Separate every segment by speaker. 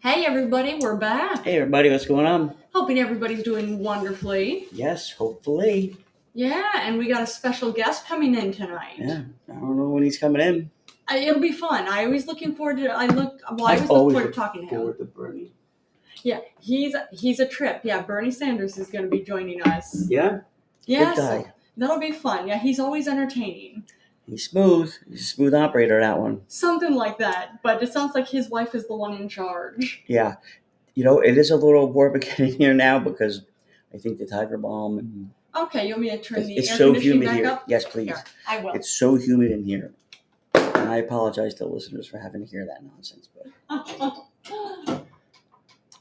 Speaker 1: Hey, everybody, we're back.
Speaker 2: Hey everybody, what's going on?
Speaker 1: Hoping everybody's doing wonderfully.
Speaker 2: Yes, hopefully.
Speaker 1: Yeah, and we got a special guest coming in tonight.
Speaker 2: Yeah, I don't know when he's coming in.
Speaker 1: I- It'll be fun. I always looking forward to. I look. Well, I always look
Speaker 2: I've always
Speaker 1: forward to
Speaker 2: looked
Speaker 1: talking to him.
Speaker 2: Forward to Bernie.
Speaker 1: Yeah, he's he's a trip. Yeah, Bernie Sanders is going to be joining us.
Speaker 2: Yeah,
Speaker 1: Yeah,
Speaker 2: good
Speaker 1: so
Speaker 2: guy.
Speaker 1: that'll be fun. Yeah, he's always entertaining.
Speaker 2: He's smooth. He's a smooth operator. That one.
Speaker 1: Something like that. But it sounds like his wife is the one in charge.
Speaker 2: Yeah, you know it is a little warm getting here now because I think the tiger bomb. And
Speaker 1: Okay, you want me to turn
Speaker 2: it's,
Speaker 1: the
Speaker 2: it's
Speaker 1: air
Speaker 2: so
Speaker 1: conditioning
Speaker 2: humid
Speaker 1: back
Speaker 2: here.
Speaker 1: up?
Speaker 2: Yes, please.
Speaker 1: Here, I will.
Speaker 2: It's so humid in here, and I apologize to listeners for having to hear that nonsense, but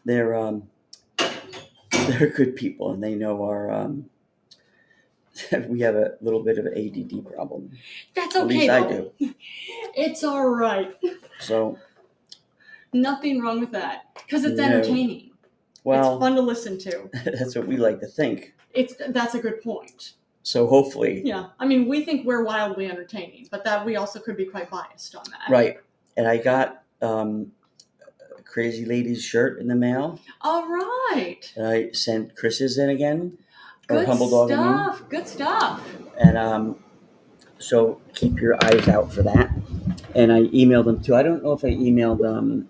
Speaker 2: they're um they're good people and they know our um we have a little bit of ADD problem.
Speaker 1: That's okay.
Speaker 2: At least I
Speaker 1: though.
Speaker 2: do.
Speaker 1: It's all right.
Speaker 2: So
Speaker 1: Nothing wrong with that because it's
Speaker 2: No.
Speaker 1: entertaining. it's
Speaker 2: well,
Speaker 1: fun to listen to.
Speaker 2: that's what we like to think.
Speaker 1: It's that's a good point.
Speaker 2: So hopefully,
Speaker 1: Yeah, I mean, we think we're wildly entertaining, but that we also could be quite biased on that.
Speaker 2: right. And I got um a crazy lady's shirt in the mail,
Speaker 1: All right.
Speaker 2: and I sent Chris's in again, or
Speaker 1: Good
Speaker 2: humble dog again,
Speaker 1: stuff. Good stuff.
Speaker 2: and um. So keep your eyes out for that. And I emailed them too. I don't know if I emailed um,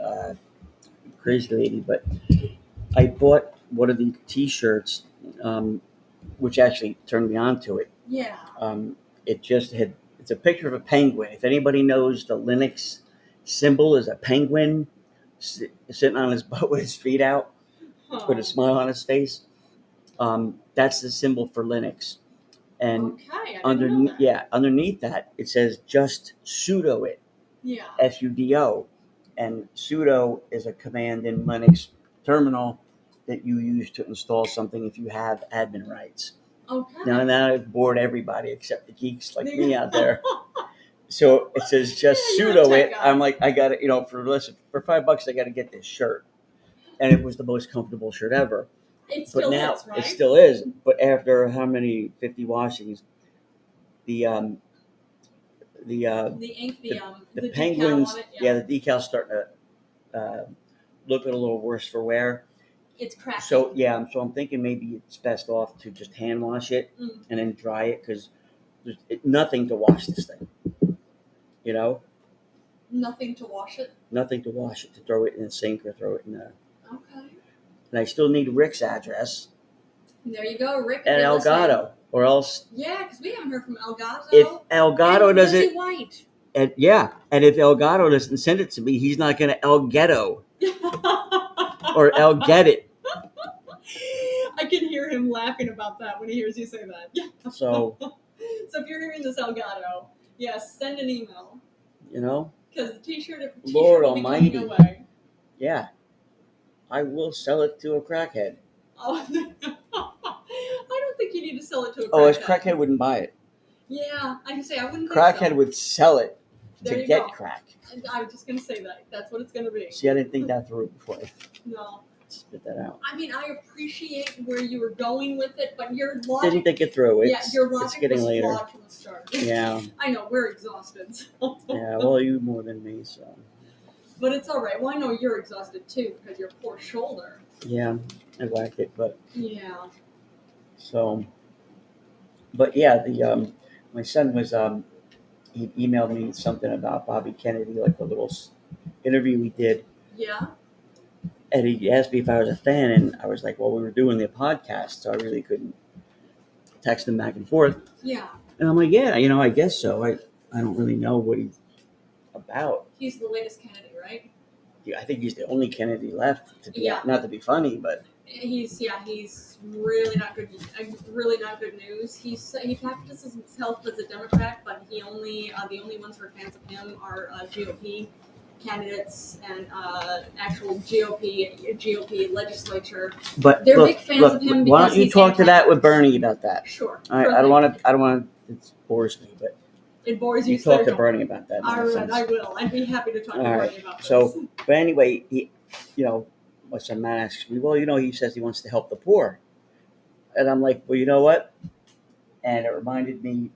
Speaker 2: uh, crazy lady, but I bought one of the T-shirts, um, which actually turned me on to it.
Speaker 1: Yeah.
Speaker 2: Um, it just had. It's a picture of a penguin. If anybody knows the Linux symbol is a penguin sit, sitting on his butt with his feet out, with a smile on his face. Um, that's the symbol for Linux. And
Speaker 1: okay. Oh, I didn't know
Speaker 2: underneath,
Speaker 1: that.
Speaker 2: yeah, underneath that it says just pseudo it.
Speaker 1: Yeah.
Speaker 2: sudo, and sudo is a command in Linux terminal that you use to install something if you have admin rights.
Speaker 1: Okay.
Speaker 2: Now that I've bored everybody except the geeks like me out there. So it says just
Speaker 1: Yeah, you're a
Speaker 2: pseudo
Speaker 1: tech
Speaker 2: it.
Speaker 1: guy.
Speaker 2: I'm like, I got to You know, for less for five bucks, I got to get this shirt, and it was the most comfortable shirt ever.
Speaker 1: It
Speaker 2: But
Speaker 1: still
Speaker 2: now
Speaker 1: is, right?
Speaker 2: it still is. But after how many fifty washings, the um, the uh,
Speaker 1: the ink, the,
Speaker 2: the-
Speaker 1: um,
Speaker 2: the,
Speaker 1: the decal
Speaker 2: penguins,
Speaker 1: on it,
Speaker 2: yeah. the decal's starting to uh, look a little worse for wear.
Speaker 1: It's cracked.
Speaker 2: So yeah, I'm- so I'm thinking maybe it's best off to just hand wash it
Speaker 1: Mm.
Speaker 2: and then dry it because there's it, nothing to wash this thing. You know,
Speaker 1: nothing to wash it.
Speaker 2: nothing to wash it to throw it in the sink or throw it in the.
Speaker 1: Okay.
Speaker 2: And I still need Rick's address
Speaker 1: There you go, Rick.
Speaker 2: at
Speaker 1: you're listening.
Speaker 2: Elgato, or else
Speaker 1: Yeah, because we haven't heard from Elgato.
Speaker 2: if Elgato
Speaker 1: and
Speaker 2: does
Speaker 1: Lizzie
Speaker 2: it,
Speaker 1: White.
Speaker 2: and yeah, and if Elgato doesn't send it to me, he's not going to El Ghetto or El Get It.
Speaker 1: I can hear him laughing about that when he hears you say that. Yeah.
Speaker 2: So
Speaker 1: So if you're hearing this Elgato, yes, send an email
Speaker 2: you know,
Speaker 1: because the T-shirt, if the
Speaker 2: Lord
Speaker 1: t-shirt will be going
Speaker 2: almighty.
Speaker 1: your way.
Speaker 2: yeah, I will sell it to a crackhead.
Speaker 1: Oh, I don't think you need to sell it to a crackhead.
Speaker 2: Oh, his crackhead wouldn't buy it.
Speaker 1: Yeah, I can say I wouldn't. think
Speaker 2: Crackhead
Speaker 1: so.
Speaker 2: would sell it
Speaker 1: There
Speaker 2: to
Speaker 1: you
Speaker 2: get
Speaker 1: go.
Speaker 2: crack.
Speaker 1: And I was just gonna say that. That's what it's gonna be.
Speaker 2: See, I didn't think that through before. I
Speaker 1: No,
Speaker 2: Spit that out.
Speaker 1: I mean I appreciate where you were going with it, but your
Speaker 2: Didn't
Speaker 1: logic,
Speaker 2: think it through. It's,
Speaker 1: yeah, your
Speaker 2: it's
Speaker 1: logic
Speaker 2: getting
Speaker 1: was
Speaker 2: later.
Speaker 1: flawed from the start.
Speaker 2: Yeah,
Speaker 1: I know we're exhausted, so.
Speaker 2: yeah. Well, you more than me, so
Speaker 1: but it's all right. Well, I know you're exhausted too because your poor shoulder.
Speaker 2: yeah, I whacked it. But
Speaker 1: Yeah.
Speaker 2: so, but yeah, the um, my son was um, he emailed me something about Bobby Kennedy, like a little s- interview we did,
Speaker 1: Yeah.
Speaker 2: and he asked me if I was a fan, and I was like, well, we were doing the podcast, so I really couldn't text him back and forth.
Speaker 1: Yeah.
Speaker 2: And I'm like, yeah, you know, I guess so. I, I don't really know what he's about.
Speaker 1: He's the latest Kennedy, right?
Speaker 2: Yeah, I think he's the only Kennedy left. To be
Speaker 1: Yeah.
Speaker 2: not to be funny, but
Speaker 1: He's yeah. He's really not good. uh, Really not good news. He's he practices himself as a Democrat, but he only uh, the only ones who are fans of him are uh, GOP candidates and uh, actual GOP GOP legislature.
Speaker 2: but
Speaker 1: They're
Speaker 2: look,
Speaker 1: big fans
Speaker 2: look,
Speaker 1: of him
Speaker 2: why
Speaker 1: because
Speaker 2: don't you
Speaker 1: he's
Speaker 2: talk to that with
Speaker 1: anti-vax.
Speaker 2: Bernie about that?
Speaker 1: Sure.
Speaker 2: I, I don't want to. I don't want to. It bores me, but
Speaker 1: to. It bores you.
Speaker 2: you
Speaker 1: so
Speaker 2: talk to
Speaker 1: don't.
Speaker 2: Bernie about that.
Speaker 1: All right,
Speaker 2: nonsense.
Speaker 1: I will. I'd be happy to talk to
Speaker 2: All
Speaker 1: Bernie
Speaker 2: right,
Speaker 1: about this.
Speaker 2: so- But anyway, he, you know, my son Matt asks me, well, you know, he says he wants to help the poor, and I'm like, well, you know what? And it reminded me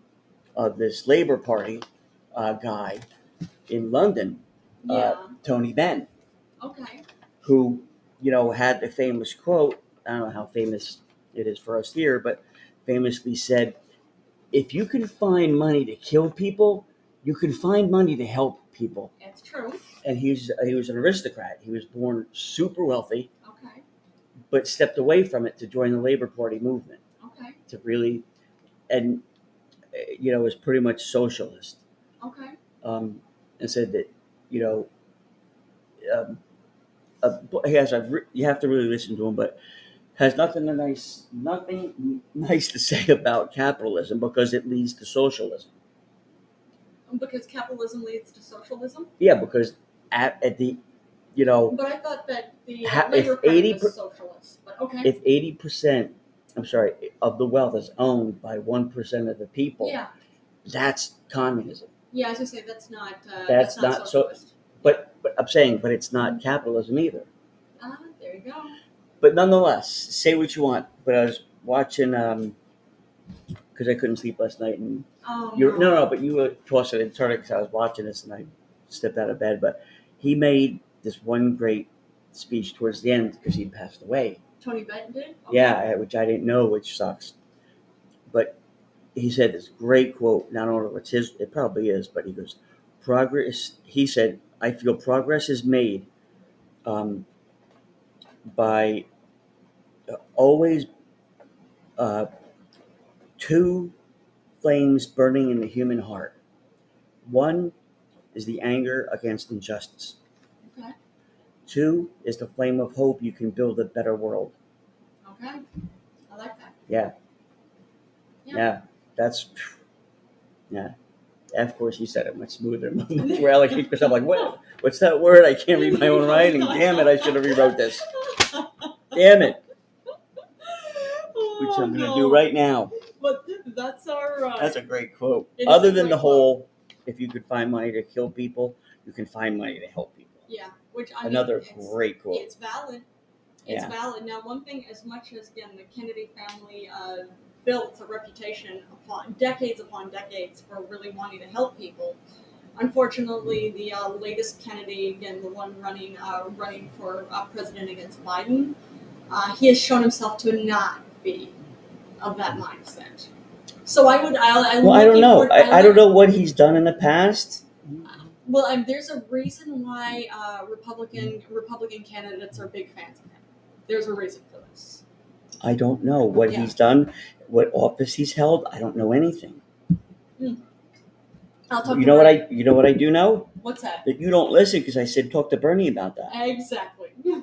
Speaker 2: of this Labour Party uh, guy in London.
Speaker 1: yeah.
Speaker 2: Tony Benn.
Speaker 1: Okay.
Speaker 2: who, you know, had the famous quote. I don't know how famous it is for us here, but famously said, "If you can find money to kill people, you can find money to help people."
Speaker 1: That's true.
Speaker 2: And he was he was an aristocrat. He was born super wealthy,
Speaker 1: Okay.
Speaker 2: but stepped away from it to join the Labor Party movement
Speaker 1: Okay.
Speaker 2: to really, and eh, you know, was pretty much socialist.
Speaker 1: Okay.
Speaker 2: um, and said that you know um, a, bo- he has a, re- you have to really listen to him, but has nothing to nice nothing n- nice to say about capitalism because it leads to socialism.
Speaker 1: Um, Because capitalism leads to socialism.
Speaker 2: Yeah, because at, at the you know
Speaker 1: But I thought that the
Speaker 2: Ha- if
Speaker 1: labor party
Speaker 2: 80 per-
Speaker 1: was socialist. But okay.
Speaker 2: if eighty percent I'm sorry of the wealth is owned by one percent of the people,
Speaker 1: yeah.
Speaker 2: that's communism.
Speaker 1: Yeah. As you say, that's not. Uh,
Speaker 2: That's
Speaker 1: not,
Speaker 2: not so-
Speaker 1: socialist.
Speaker 2: But, but I'm saying, but it's not capitalism either.
Speaker 1: Ah, there you go.
Speaker 2: but nonetheless, say what you want. But I was watching um because I couldn't sleep last night, and
Speaker 1: Um,
Speaker 2: you no no, but you were tossing and turning because I was watching this, and I stepped out of bed. But he made this one great speech towards the end because he passed away.
Speaker 1: Tony Benton did. Okay.
Speaker 2: Yeah, I- which I didn't know, which sucks. But he said this great quote. Not only it's his, it probably is, but he goes, "Progress." He said, "I feel progress is made um, by uh, always uh, two flames burning in the human heart. One is the anger against injustice.
Speaker 1: Okay.
Speaker 2: Two is the flame of hope. You can build a better world."
Speaker 1: Okay. I like that.
Speaker 2: Yeah.
Speaker 1: Yeah.
Speaker 2: Yeah. That's yeah. Of course, you said it much smoother. Where I like because I'm like, what? What's that word? I can't read my own writing. Damn it! I should have rewrote this. Damn it! Which
Speaker 1: Which
Speaker 2: I'm gonna do right now.
Speaker 1: Oh, But that's our. Uh,
Speaker 2: That's a great quote.
Speaker 1: It is a
Speaker 2: Other than
Speaker 1: great quote.
Speaker 2: the whole, if you could find money to kill people, you can find money to help people.
Speaker 1: yeah. Which I mean,
Speaker 2: Another
Speaker 1: it's-
Speaker 2: great quote.
Speaker 1: It's valid. It's
Speaker 2: Yeah.
Speaker 1: valid. Now, one thing, as much as again the Kennedy family uh, built a reputation upon decades upon decades for really wanting to help people, unfortunately, the uh, latest Kennedy, again the one running uh, running for uh, president against Biden, uh, he has shown himself to not be of that mindset. So I would. I'll, I'm
Speaker 2: Well, I don't
Speaker 1: looking
Speaker 2: know.
Speaker 1: forward- I'm
Speaker 2: I, I don't
Speaker 1: looking-
Speaker 2: know what he's done in the past.
Speaker 1: Well, um, there's a reason why uh, Republican Republican candidates are big fans of him. There's a reason for this.
Speaker 2: I don't know what
Speaker 1: Yeah.
Speaker 2: he's done, what office he's held. I don't know anything.
Speaker 1: I'll talk.
Speaker 2: You
Speaker 1: to
Speaker 2: know what
Speaker 1: Bernie.
Speaker 2: I? You know what I do know?
Speaker 1: What's that?
Speaker 2: that you don't listen because I said talk to Bernie about that.
Speaker 1: Exactly.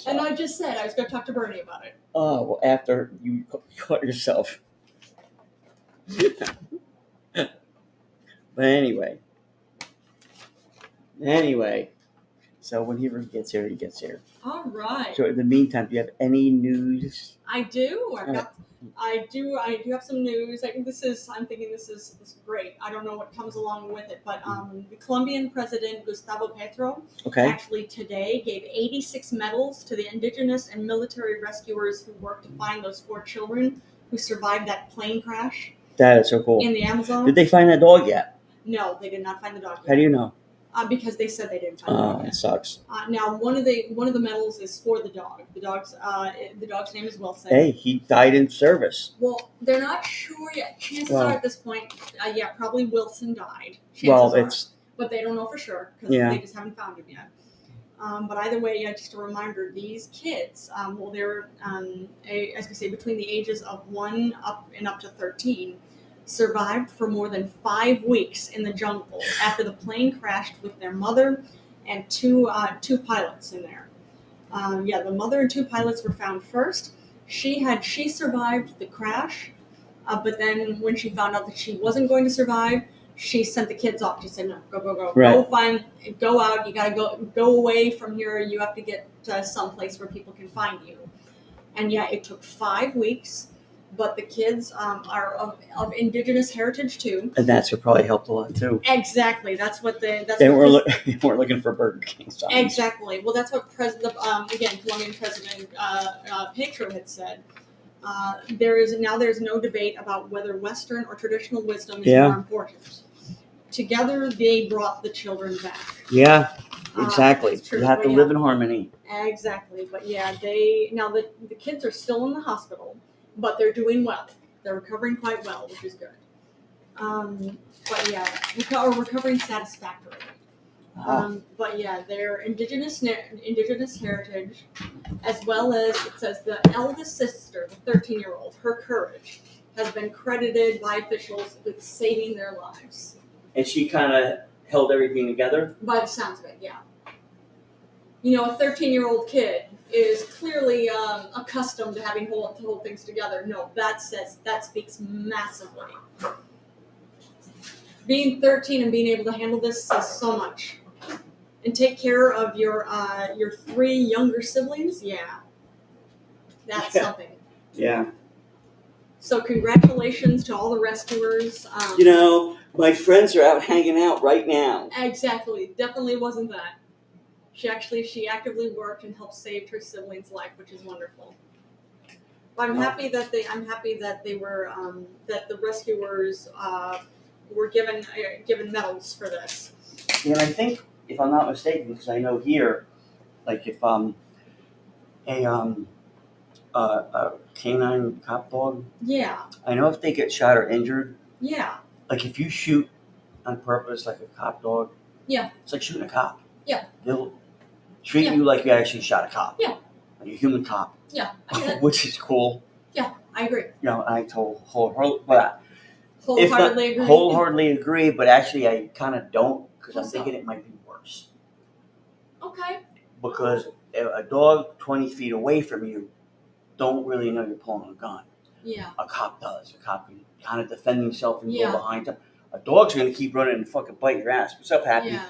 Speaker 2: So-
Speaker 1: And I just said I was going to talk to Bernie about it.
Speaker 2: oh, well, after you ca- caught yourself. but anyway, anyway, so when he gets here, he gets here.
Speaker 1: All right.
Speaker 2: So in the meantime, do you have any news?
Speaker 1: I do. I've
Speaker 2: All
Speaker 1: got. I do. I do have some news. I think this is. I'm thinking this is this is great. I don't know what comes along with it, but
Speaker 2: Mm-hmm.
Speaker 1: um, the Colombian President Gustavo Petro
Speaker 2: Okay,
Speaker 1: actually today gave 86 medals to the indigenous and military rescuers who worked to find those four children who survived that plane crash
Speaker 2: that is so cool.
Speaker 1: in the Amazon.
Speaker 2: Did they find that dog yet?
Speaker 1: no, they did not find the dog.
Speaker 2: How do you know?
Speaker 1: uh, because they said they didn't find the
Speaker 2: Oh,
Speaker 1: dog.
Speaker 2: it sucks.
Speaker 1: Uh, now, one of the one of the medals is for the dog. The dog's uh, the dog's name is Wilson.
Speaker 2: Hey, he died in service.
Speaker 1: Well, they're not sure yet. Chances
Speaker 2: Wow.
Speaker 1: are at this point, uh, yeah, probably Wilson died. Chances
Speaker 2: Well,
Speaker 1: are,
Speaker 2: it's
Speaker 1: but they don't know for sure because
Speaker 2: Yeah.
Speaker 1: they just haven't found him yet. Um, but either way, yeah, just a reminder: these kids, um, well, they're um, a, as we say, between the ages of one up and up to thirteen, survived for more than five weeks in the jungle after the plane crashed with their mother and two uh, two pilots in there. Um, yeah, the mother and two pilots were found first. She had she survived the crash, uh, but then when she found out that she wasn't going to survive, she sent the kids off. She said, "No, go go go, go
Speaker 2: Right.
Speaker 1: find, go out. You gotta go go away from here. You have to get to someplace where people can find you." And yeah, it took five weeks, but the kids um, are of, of indigenous heritage too.
Speaker 2: and that's what probably helped a lot too.
Speaker 1: Exactly. That's what the that's
Speaker 2: They
Speaker 1: what
Speaker 2: were
Speaker 1: this-
Speaker 2: look they weren't looking for Burger King signs.
Speaker 1: Exactly. Well, that's what President, um, again, Colombian President uh, uh, Petro had said. Uh, there is now there is no debate about whether Western or traditional wisdom is
Speaker 2: Yeah.
Speaker 1: more important. Together, they brought the children back.
Speaker 2: Yeah,
Speaker 1: Uh,
Speaker 2: exactly.
Speaker 1: it's true,
Speaker 2: You have to
Speaker 1: but
Speaker 2: live in harmony.
Speaker 1: Exactly, but yeah, they now the the kids are still in the hospital, but they're doing well. They're recovering quite well, which is good. Um, but yeah, reco- or recovering satisfactorily.
Speaker 2: Ah,
Speaker 1: Um, but yeah, their indigenous na- indigenous heritage, as well as it says the eldest sister, the thirteen year old, her courage has been credited by officials with saving their lives.
Speaker 2: and she kind of held everything together.
Speaker 1: By the sounds of it, yeah. You know, a 13 year old kid is clearly um, accustomed to having hold, to hold things together. No, that says that speaks massively. Being 13 and being able to handle this says so much. And take care of your uh, your three younger siblings. Yeah, that's
Speaker 2: Yeah.
Speaker 1: something.
Speaker 2: Yeah.
Speaker 1: So congratulations to all the rescuers. Um,
Speaker 2: You know, my friends are out hanging out right now.
Speaker 1: Exactly. Definitely wasn't that. She actually she actively worked and helped save her sibling's life, which is wonderful. But I'm
Speaker 2: Wow.
Speaker 1: happy that they I'm happy that they were um, that the rescuers uh, were given uh, given medals for this.
Speaker 2: And I think, if I'm not mistaken, because I know here, like if um, a um, uh, a canine cop dog,
Speaker 1: Yeah.
Speaker 2: I know if they get shot or injured,
Speaker 1: Yeah.
Speaker 2: like if you shoot on purpose, like a cop dog,
Speaker 1: Yeah.
Speaker 2: it's like shooting a cop.
Speaker 1: Yeah.
Speaker 2: they'll treat
Speaker 1: Yeah.
Speaker 2: you like you actually shot a cop.
Speaker 1: Yeah.
Speaker 2: like a human cop,
Speaker 1: Yeah. I, get it.
Speaker 2: which is cool.
Speaker 1: I agree.
Speaker 2: You know, I told wholeheartedly, but if not
Speaker 1: Wholeheartedly agree.
Speaker 2: wholeheartedly agree, but actually I kind of don't because I'm
Speaker 1: What's up?
Speaker 2: thinking it might be worse.
Speaker 1: Okay.
Speaker 2: because a a dog 20 feet away from you don't really know you're pulling a gun.
Speaker 1: Yeah.
Speaker 2: A cop does. A cop can kind of defend himself and
Speaker 1: Yeah.
Speaker 2: go behind him. A dog's going to keep running and fucking bite your ass. What's up, Happy?
Speaker 1: Yeah.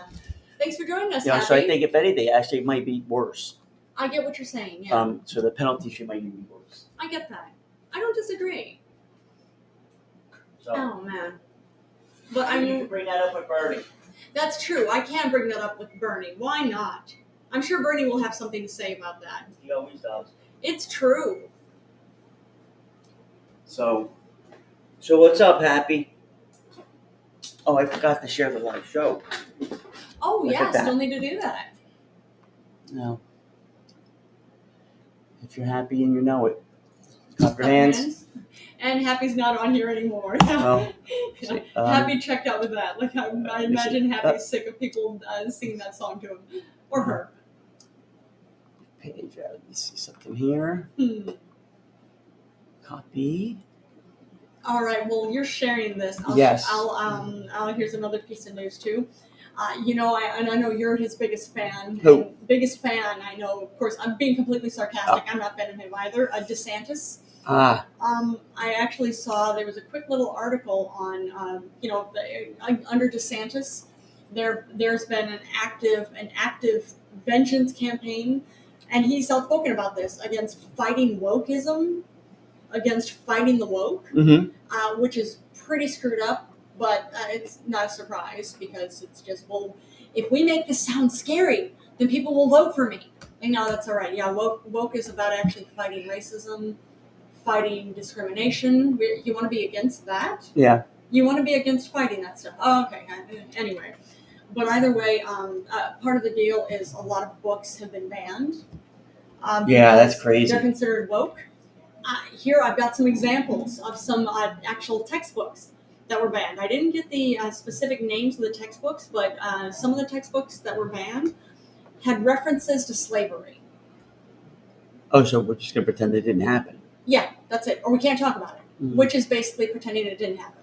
Speaker 1: Thanks for joining us,
Speaker 2: You know,
Speaker 1: Happy.
Speaker 2: so I think if anything, actually, it might be worse.
Speaker 1: I get what you're saying. Yeah.
Speaker 2: Um, so the penalty should might even be worse.
Speaker 1: I get that. I don't disagree.
Speaker 2: So
Speaker 1: Oh man. But
Speaker 2: I
Speaker 1: I'm
Speaker 2: you can bring that up with Bernie.
Speaker 1: That's true. I can bring that up with Bernie. Why not? I'm sure Bernie will have something to say about that.
Speaker 2: He always does.
Speaker 1: It's true.
Speaker 2: So, so what's up, Happy? Oh, I forgot to share the live show.
Speaker 1: Oh
Speaker 2: Look at
Speaker 1: yeah,
Speaker 2: that.
Speaker 1: still need to do that.
Speaker 2: No. If you're happy and you know it, clap your
Speaker 1: Up
Speaker 2: hands.
Speaker 1: And Happy's not on here anymore.
Speaker 2: Oh. Um,
Speaker 1: Happy checked out with that. Like I, I imagine Happy's sick of people uh, singing that song to him or her.
Speaker 2: page. Uh, let me see something here.
Speaker 1: Hmm.
Speaker 2: Copy.
Speaker 1: All right. Well, you're sharing this. I'll,
Speaker 2: Yes.
Speaker 1: I'll um. I'll, here's another piece of news too. Uh, you know, I and I know you're his biggest fan.
Speaker 2: Who?
Speaker 1: and Biggest fan. I know. Of course, I'm being completely sarcastic.
Speaker 2: Oh.
Speaker 1: I'm not a fan of him either. Uh, DeSantis.
Speaker 2: Ah,
Speaker 1: Um, I actually saw there was a quick little article on, um, you know, the, uh, under DeSantis, there there's been an active an active vengeance campaign, and he's outspoken about this against fighting wokeism, against fighting the woke
Speaker 2: mm-hmm.
Speaker 1: uh, which is pretty screwed up, but uh, it's not a surprise because it's just, well, if we make this sound scary, then people will vote for me. And no, that's all right. Yeah, woke, woke is about actually fighting racism, fighting discrimination. We- You want to be against that?
Speaker 2: yeah.
Speaker 1: You want to be against fighting that stuff. Oh, okay. I- Anyway, but either way, um, uh, part of the deal is a lot of books have been banned. Um,
Speaker 2: Yeah,
Speaker 1: because
Speaker 2: that's crazy.
Speaker 1: They're considered woke. Uh, here, I've got some examples of some uh, actual textbooks that were banned. I didn't get the uh, specific names of the textbooks, but uh, some of the textbooks that were banned had references to slavery.
Speaker 2: Oh, so we're just gonna pretend it didn't happen.
Speaker 1: Yeah, that's it. Or we can't talk about it.
Speaker 2: Mm-hmm.
Speaker 1: which is basically pretending it didn't happen.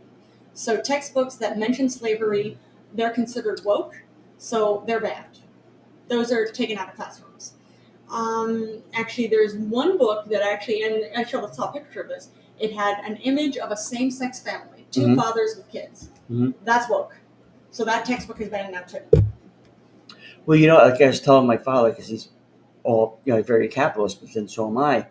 Speaker 1: So textbooks that mention slavery, they're considered woke, so they're banned. Those are taken out of classrooms. Um, actually, there's one book that actually, and actually, I saw a picture of this. It had an image of a same-sex family, 2
Speaker 2: Mhm.
Speaker 1: fathers with kids.
Speaker 2: Mhm.
Speaker 1: That's woke. So that textbook is banned now too.
Speaker 2: Well, you know, like I was telling my father because he's all you know very capitalist, but then so am I,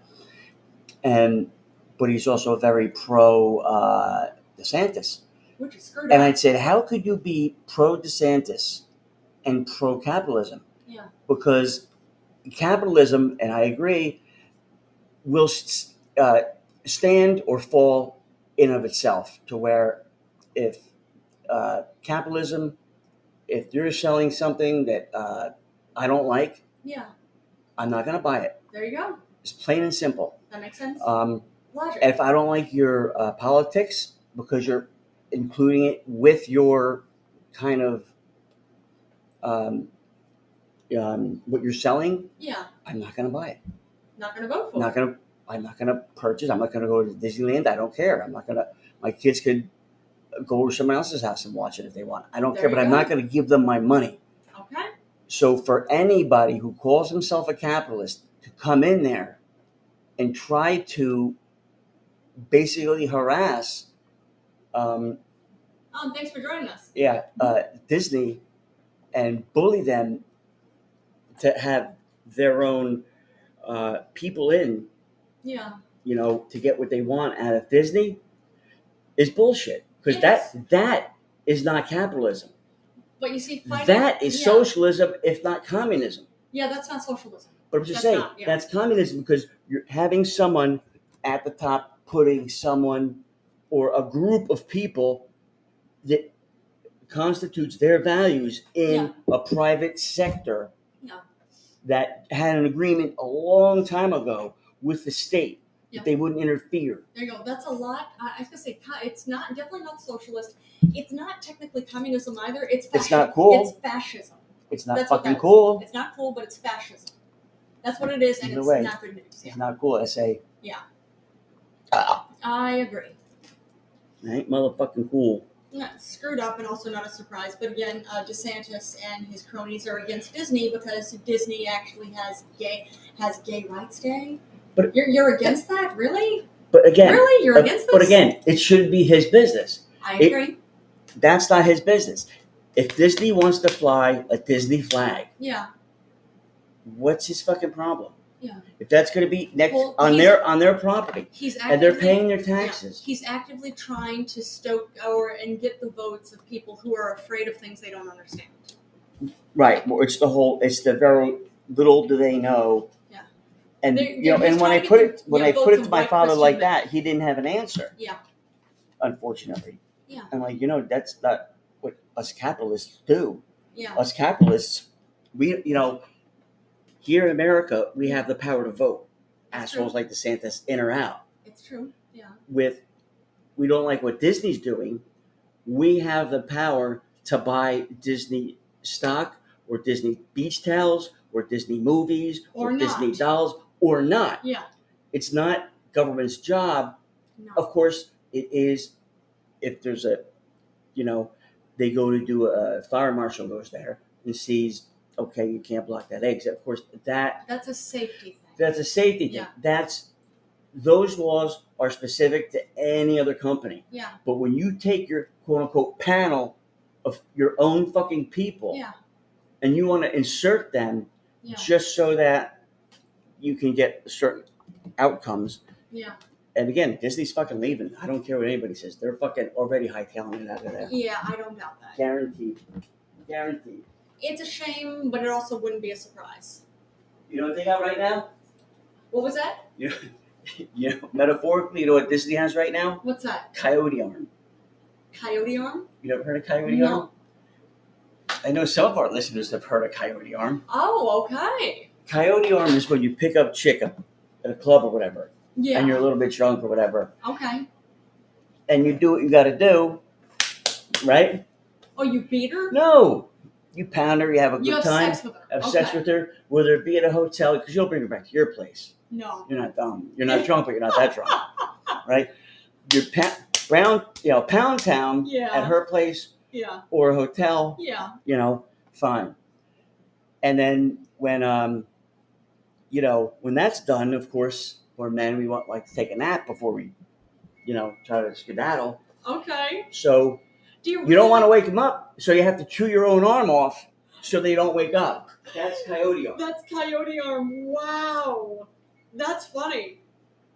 Speaker 2: and but he's also very pro uh, DeSantis.
Speaker 1: Which is screwed
Speaker 2: And
Speaker 1: up.
Speaker 2: I'd said, how could you be pro DeSantis and pro capitalism?
Speaker 1: Yeah.
Speaker 2: Because capitalism, and I agree, will s- uh, stand or fall in of itself to where if uh, capitalism, if you're selling something that uh, I don't like,
Speaker 1: Yeah,
Speaker 2: I'm not going to buy it.
Speaker 1: there you go.
Speaker 2: It's plain and simple.
Speaker 1: That makes sense.
Speaker 2: Um,
Speaker 1: Logic.
Speaker 2: if I don't like your uh, politics because you're including it with your kind of um, um, what you're selling,
Speaker 1: yeah,
Speaker 2: I'm not going to buy it.
Speaker 1: not gonna vote for.
Speaker 2: I'm not
Speaker 1: it.
Speaker 2: going to. I'm not going to purchase. I'm not going to go to Disneyland. I don't care. I'm not going to. My kids could go to someone else's house and watch it if they want. I don't
Speaker 1: There
Speaker 2: care, but
Speaker 1: you
Speaker 2: I'm
Speaker 1: go.
Speaker 2: not going to give them my money.
Speaker 1: Okay.
Speaker 2: So for anybody who calls himself a capitalist to come in there and try to basically harass, um,
Speaker 1: Um, thanks for joining us.
Speaker 2: yeah, uh, Disney and bully them to have their own uh, people in,
Speaker 1: Yeah.
Speaker 2: you know, to get what they want out of Disney is bullshit. Because
Speaker 1: Yes.
Speaker 2: that that is not capitalism.
Speaker 1: But you see, fighting,
Speaker 2: that is
Speaker 1: yeah.
Speaker 2: socialism, if not communism.
Speaker 1: Yeah, that's not socialism.
Speaker 2: But I'm just
Speaker 1: That's
Speaker 2: saying
Speaker 1: not- yeah.
Speaker 2: that's communism because you're having someone at the top putting someone or a group of people that constitutes their values in a private sector
Speaker 1: Yeah.
Speaker 2: that had an agreement a long time ago with the state
Speaker 1: Yeah.
Speaker 2: that they wouldn't interfere.
Speaker 1: There you go. That's a lot. I, I was gonna say co- it's not definitely not socialist. It's not technically communism either. It's fascism.
Speaker 2: It's not cool.
Speaker 1: It's fascism.
Speaker 2: It's not
Speaker 1: That's what
Speaker 2: fucking
Speaker 1: that is.
Speaker 2: cool.
Speaker 1: It's not cool, but it's fascism. That's what it is, and
Speaker 2: Either
Speaker 1: it's
Speaker 2: way.
Speaker 1: not good news. Yeah.
Speaker 2: It's not cool. I say,
Speaker 1: I agree.
Speaker 2: "It ain't motherfucking cool.
Speaker 1: Not screwed up, and also not a surprise. But again, uh, DeSantis and his cronies are against Disney because Disney actually has gay has gay rights day.
Speaker 2: But-
Speaker 1: you're you're against that, really?
Speaker 2: But again,
Speaker 1: really, you're
Speaker 2: uh,
Speaker 1: against this?
Speaker 2: but again, it should be his business.
Speaker 1: I
Speaker 2: it-
Speaker 1: agree.
Speaker 2: That's not his business. If Disney wants to fly a Disney flag,
Speaker 1: yeah,
Speaker 2: what's his fucking problem?
Speaker 1: Yeah.
Speaker 2: If that's going to be next
Speaker 1: Well,
Speaker 2: on
Speaker 1: he's-
Speaker 2: their on their property
Speaker 1: he's actively
Speaker 2: and they're paying their
Speaker 1: Yeah.
Speaker 2: taxes,
Speaker 1: He's actively trying to stoke or and get the votes of people who are afraid of things they don't understand.
Speaker 2: right? Well, it's the whole. It's the very little do they know.
Speaker 1: Yeah.
Speaker 2: And
Speaker 1: They're-
Speaker 2: you know,
Speaker 1: they're
Speaker 2: and
Speaker 1: just
Speaker 2: when I
Speaker 1: trying to
Speaker 2: put
Speaker 1: get
Speaker 2: it when
Speaker 1: the-
Speaker 2: I
Speaker 1: yeah,
Speaker 2: put
Speaker 1: votes
Speaker 2: it to
Speaker 1: of
Speaker 2: my
Speaker 1: white
Speaker 2: father
Speaker 1: Christian
Speaker 2: like
Speaker 1: men.
Speaker 2: that, he didn't have an answer.
Speaker 1: Yeah.
Speaker 2: Unfortunately.
Speaker 1: Yeah.
Speaker 2: I'm like, you know, that's not what us capitalists do.
Speaker 1: Yeah,
Speaker 2: Us capitalists, we you know, here in America, we have the power to vote.
Speaker 1: it's true.
Speaker 2: assholes like DeSantis in or out.
Speaker 1: It's true. Yeah,
Speaker 2: With we don't like what Disney's doing, we have the power to buy Disney stock or Disney beach towels or Disney movies
Speaker 1: Or not.
Speaker 2: Disney dolls or not.
Speaker 1: yeah.
Speaker 2: It's not government's job.
Speaker 1: No,
Speaker 2: Of course, it is if there's a you know, they go to do a fire marshal goes there and sees, okay, you can't block that exit. Of course, that
Speaker 1: that's a safety thing.
Speaker 2: that's a safety thing.
Speaker 1: Yeah.
Speaker 2: That's those laws are specific to any other company.
Speaker 1: Yeah,
Speaker 2: But when you take your quote unquote panel of your own fucking people
Speaker 1: yeah,
Speaker 2: and you want to insert them
Speaker 1: yeah,
Speaker 2: just so that you can get certain outcomes.
Speaker 1: yeah,
Speaker 2: And again, Disney's fucking leaving. I don't care what anybody says. They're fucking already hightailing it out of there.
Speaker 1: yeah. I don't doubt that.
Speaker 2: Guaranteed. Guaranteed.
Speaker 1: It's a shame, but it also wouldn't be a surprise.
Speaker 2: You know what they got right now?
Speaker 1: What was that?
Speaker 2: You know, you know metaphorically, you know what Disney has right now?
Speaker 1: What's that?
Speaker 2: Coyote arm.
Speaker 1: Coyote arm?
Speaker 2: You never heard of coyote
Speaker 1: No.
Speaker 2: arm? I know some of our listeners have heard of coyote arm.
Speaker 1: Oh, okay.
Speaker 2: Coyote arm is when you pick up chick at at a club or whatever,
Speaker 1: Yeah.
Speaker 2: and you're a little bit drunk or whatever,
Speaker 1: okay.
Speaker 2: and you do what you got to do, right?
Speaker 1: Oh, you beat her?
Speaker 2: No, you pound her, you have a good
Speaker 1: you have
Speaker 2: time,
Speaker 1: sex with her?
Speaker 2: have
Speaker 1: okay.
Speaker 2: sex with her, whether it be at a hotel because you'll bring her back to your place.
Speaker 1: No.
Speaker 2: You're not dumb. You're not drunk, but you're not that drunk, right? You're pa- brown, you know, pound town
Speaker 1: Yeah.
Speaker 2: at her place
Speaker 1: Yeah.
Speaker 2: or a hotel.
Speaker 1: Yeah.
Speaker 2: you know, fine. And then when, um, you know, when that's done, of course, we're men, we want like to take a nap before we, you know, try to skedaddle.
Speaker 1: Okay.
Speaker 2: So
Speaker 1: Do you?
Speaker 2: you don't want to wake them up, so you have to chew your own arm off so they don't wake up. That's coyote arm.
Speaker 1: That's Coyote Arm. Wow. That's funny.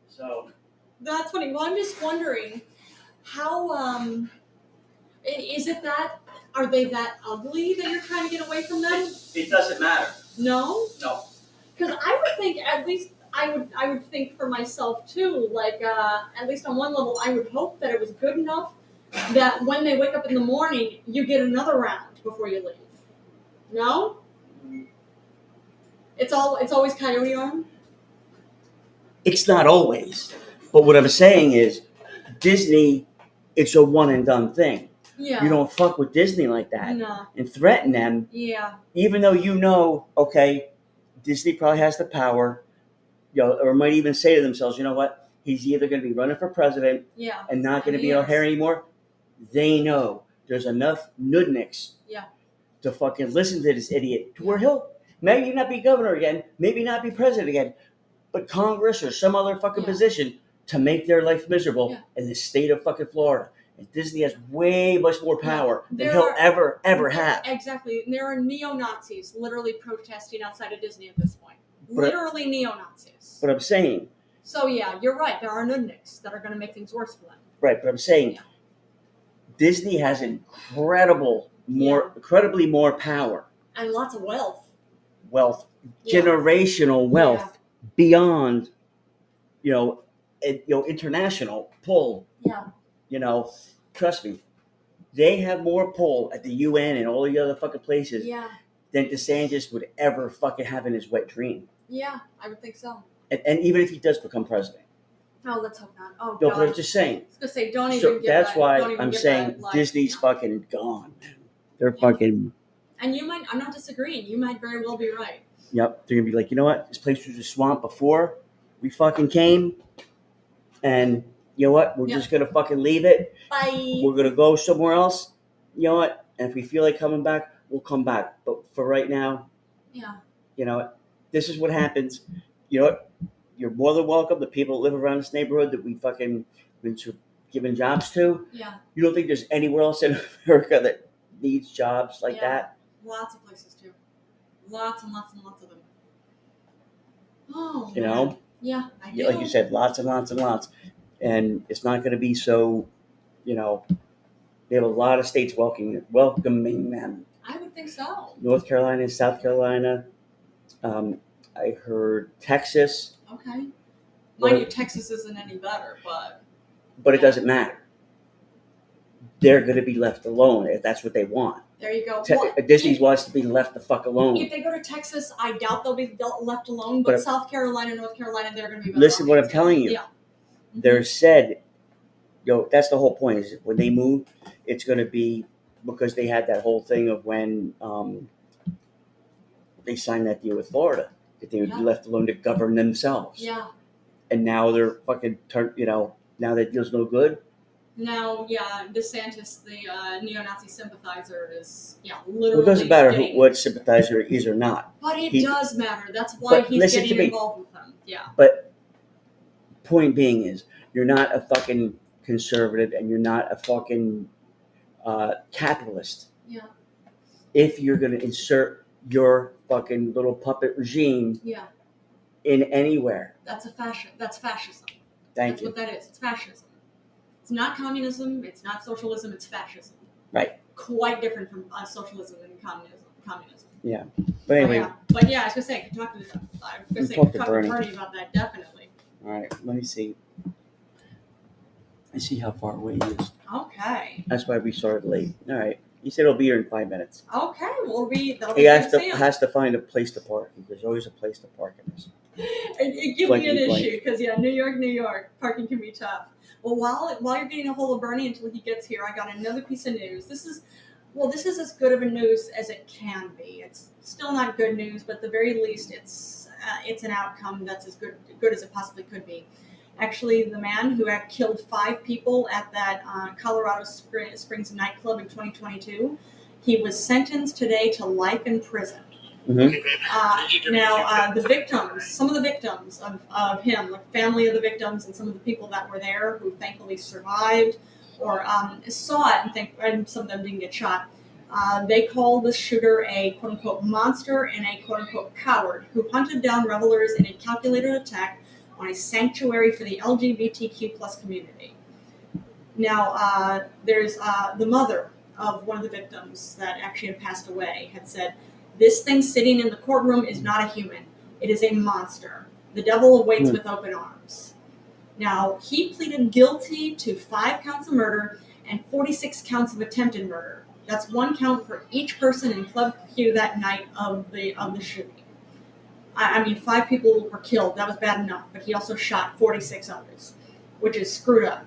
Speaker 2: So
Speaker 1: That's funny. Well, I'm just wondering how um i- is it that are they that ugly that you're trying to get away from them?
Speaker 2: it doesn't matter.
Speaker 1: No,
Speaker 2: No.
Speaker 1: because I would think at least I would I would think for myself too. Like uh, at least on one level, I would hope that it was good enough that when they wake up in the morning, you get another round before you leave. No. It's all it's always coyote arm.
Speaker 2: It's not always, but what I'm saying is Disney. It's a one and done thing.
Speaker 1: Yeah.
Speaker 2: You don't fuck with Disney like that
Speaker 1: Nah.
Speaker 2: and threaten them
Speaker 1: Yeah.
Speaker 2: even though you know, okay, Disney probably has the power, you know, or might even say to themselves, you know what, he's either going to be running for president
Speaker 1: Yeah.
Speaker 2: and not going to be
Speaker 1: Yes.
Speaker 2: O'Hare anymore. They know there's enough nudniks
Speaker 1: Yeah.
Speaker 2: to fucking listen to this idiot to where he'll maybe not be governor again, maybe not be president again, but Congress or some other fucking
Speaker 1: Yeah.
Speaker 2: position to make their life miserable
Speaker 1: Yeah.
Speaker 2: in the state of fucking Florida. And Disney has way much more
Speaker 1: Yeah.
Speaker 2: power
Speaker 1: There
Speaker 2: than he'll
Speaker 1: are-
Speaker 2: ever, ever have.
Speaker 1: Exactly. And there are neo Nazis literally protesting outside of Disney at this point.
Speaker 2: But-
Speaker 1: literally neo Nazis.
Speaker 2: But I'm saying,
Speaker 1: So yeah, you're right. There are nudniks that are going to make things worse for them.
Speaker 2: Right, but I'm saying
Speaker 1: Yeah.
Speaker 2: Disney has incredible more incredibly more power,
Speaker 1: And lots of wealth.
Speaker 2: wealth,
Speaker 1: Yeah.
Speaker 2: generational wealth beyond you know, it, you know international pull,
Speaker 1: Yeah.
Speaker 2: you know, trust me. They have more pull at the UN and all the other fucking places
Speaker 1: Yeah.
Speaker 2: than DeSantis would ever fucking have in his wet dream.
Speaker 1: Yeah. I would think so.
Speaker 2: And, and even if he does become president.
Speaker 1: Oh, let's hope not. Oh
Speaker 2: No,
Speaker 1: God.
Speaker 2: but I'm just saying.
Speaker 1: I was gonna say, don't
Speaker 2: So
Speaker 1: even. give
Speaker 2: that's
Speaker 1: that-
Speaker 2: why
Speaker 1: don't even
Speaker 2: I'm
Speaker 1: give
Speaker 2: saying
Speaker 1: that, like,
Speaker 2: Disney's
Speaker 1: yeah.
Speaker 2: fucking gone. man. They're
Speaker 1: Yeah.
Speaker 2: fucking
Speaker 1: And you might. I'm not disagreeing. You might very well be right.
Speaker 2: Yep. They're gonna be like, you know what? This place was a swamp before we fucking came, and you know what? We're
Speaker 1: Yeah.
Speaker 2: just gonna fucking leave it.
Speaker 1: Bye.
Speaker 2: We're gonna go somewhere else. You know what? And if we feel like coming back, we'll come back. But for right now,
Speaker 1: Yeah.
Speaker 2: you know, what? this is what happens. You know what? You're more than welcome. The people that live around this neighborhood that we fucking been sur- giving jobs to.
Speaker 1: Yeah.
Speaker 2: You don't think there's anywhere else in America that needs jobs like
Speaker 1: Yeah.
Speaker 2: that?
Speaker 1: Lots of places too. Lots and lots and lots of them. Oh.
Speaker 2: You
Speaker 1: man.
Speaker 2: know?
Speaker 1: Yeah. I
Speaker 2: Yeah, like
Speaker 1: do.
Speaker 2: you said, lots and lots and lots. And it's not going to be so, you know, they have a lot of states welcoming, welcoming them.
Speaker 1: I would think so.
Speaker 2: North Carolina, South Carolina. Um, I heard Texas,
Speaker 1: Okay.
Speaker 2: Well-
Speaker 1: Mind you, Texas isn't any better, but
Speaker 2: but it doesn't matter. They're going to be left alone if that's what they want.
Speaker 1: there you go.
Speaker 2: Te-
Speaker 1: What-
Speaker 2: Disney wants to be left the fuck
Speaker 1: If
Speaker 2: alone.
Speaker 1: they go to Texas, I doubt they'll be del- left alone. But,
Speaker 2: But-
Speaker 1: South Carolina, North Carolina, they're going to be. better
Speaker 2: Listen
Speaker 1: off.
Speaker 2: what I'm telling you.
Speaker 1: Yeah. Mm-hmm.
Speaker 2: They're said, yo, that's the whole point. Is when they move, it's going to be because they had that whole thing of when um, they signed that deal with Florida that they would
Speaker 1: Yeah.
Speaker 2: be left alone to govern themselves.
Speaker 1: Yeah.
Speaker 2: And now they're fucking turn. You know, now that deal's no good.
Speaker 1: Now, yeah, DeSantis, the uh, neo-Nazi sympathizer, is yeah,
Speaker 2: Well,
Speaker 1: literally.
Speaker 2: it doesn't matter who,
Speaker 1: getting-
Speaker 2: what sympathizer he is or not.
Speaker 1: But it
Speaker 2: he-
Speaker 1: does matter. That's why
Speaker 2: But
Speaker 1: he's
Speaker 2: listen
Speaker 1: getting
Speaker 2: to me.
Speaker 1: involved with them. Yeah.
Speaker 2: Point being is, you're not a fucking conservative, and you're not a fucking uh, capitalist.
Speaker 1: Yeah.
Speaker 2: If you're going to insert your fucking little puppet regime
Speaker 1: Yeah.
Speaker 2: in anywhere.
Speaker 1: That's a fascism. That's fascism.
Speaker 2: Thank
Speaker 1: that's
Speaker 2: you.
Speaker 1: what that is. It's fascism. It's not communism. It's not socialism. It's fascism.
Speaker 2: Right.
Speaker 1: Quite different from uh, socialism and communism. Communism.
Speaker 2: but
Speaker 1: But
Speaker 2: anyway,
Speaker 1: Oh, yeah. But yeah, I was gonna say, I could talk to. I was
Speaker 2: You
Speaker 1: gonna say, I
Speaker 2: talk
Speaker 1: could
Speaker 2: to
Speaker 1: talk to
Speaker 2: Bernie.
Speaker 1: Bernie about that definitely.
Speaker 2: all right. Let me see. Let's see how far away he is.
Speaker 1: Okay.
Speaker 2: That's why we started late. All right. He said he'll be here in five minutes.
Speaker 1: Okay. Well, we. That'll
Speaker 2: He
Speaker 1: be good
Speaker 2: has
Speaker 1: to
Speaker 2: to
Speaker 1: see him.
Speaker 2: has to find a place to park. There's always a place to park in this.
Speaker 1: It, it gives me
Speaker 2: Blankety
Speaker 1: an
Speaker 2: blank.
Speaker 1: issue because yeah, New York, New York, parking can be tough. Well, while while you're getting a hold of Bernie until he gets here, I got another piece of news. This is, well, this is as good of a news as it can be. It's still not good news, but at the very least, it's uh, it's an outcome that's as good good as it possibly could be. Actually, the man who had killed five people at that uh, Colorado Spr- Springs nightclub in 2022, he was sentenced today to life in prison. Uh, now, uh, the victims, some of the victims of, of him, like family of the victims and some of the people that were there who thankfully survived or um, saw it and, think, and some of them didn't get shot, uh, they called the shooter a quote unquote monster and a quote unquote coward who hunted down revelers in a calculated attack on a sanctuary for the LGBTQ plus community. Now, uh, there's uh, the mother of one of the victims that actually had passed away had said, this thing sitting in the courtroom is not a human. It is a monster. The devil awaits
Speaker 2: Hmm.
Speaker 1: with open arms. Now, he pleaded guilty to five counts of murder and 46 counts of attempted murder. That's one count for each person in Club Q that night of the, of the shooting. I, I mean, five people were killed. That was bad enough. But he also shot 46 others, which is screwed up.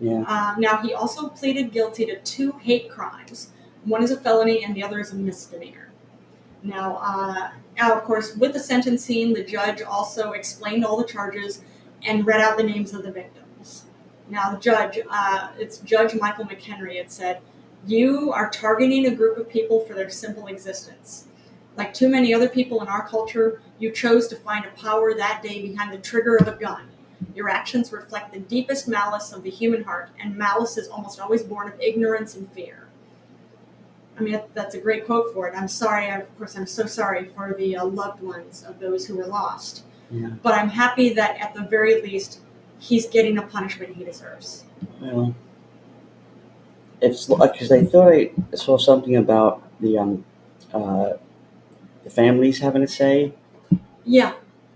Speaker 2: Yeah.
Speaker 1: Um, now, he also pleaded guilty to two hate crimes. One is a felony and the other is a misdemeanor. Now, uh, now, of course, with the sentencing, the judge also explained all the charges and read out the names of the victims. Now, the judge, uh, it's Judge Michael McHenry, had said, You are targeting a group of people for their simple existence. Like too many other people in our culture, you chose to find a power that day behind the trigger of a gun. Your actions reflect the deepest malice of the human heart, and malice is almost always born of ignorance and fear. I mean, that- that's a great quote for it. I'm sorry, I- of course, I'm so sorry for the uh, loved ones of those who were lost.
Speaker 2: Yeah.
Speaker 1: But I'm happy that at the very least, he's getting the punishment he deserves.
Speaker 2: Well, Um, it's because I thought I saw something about the um, uh, the families having a say.
Speaker 1: Yeah,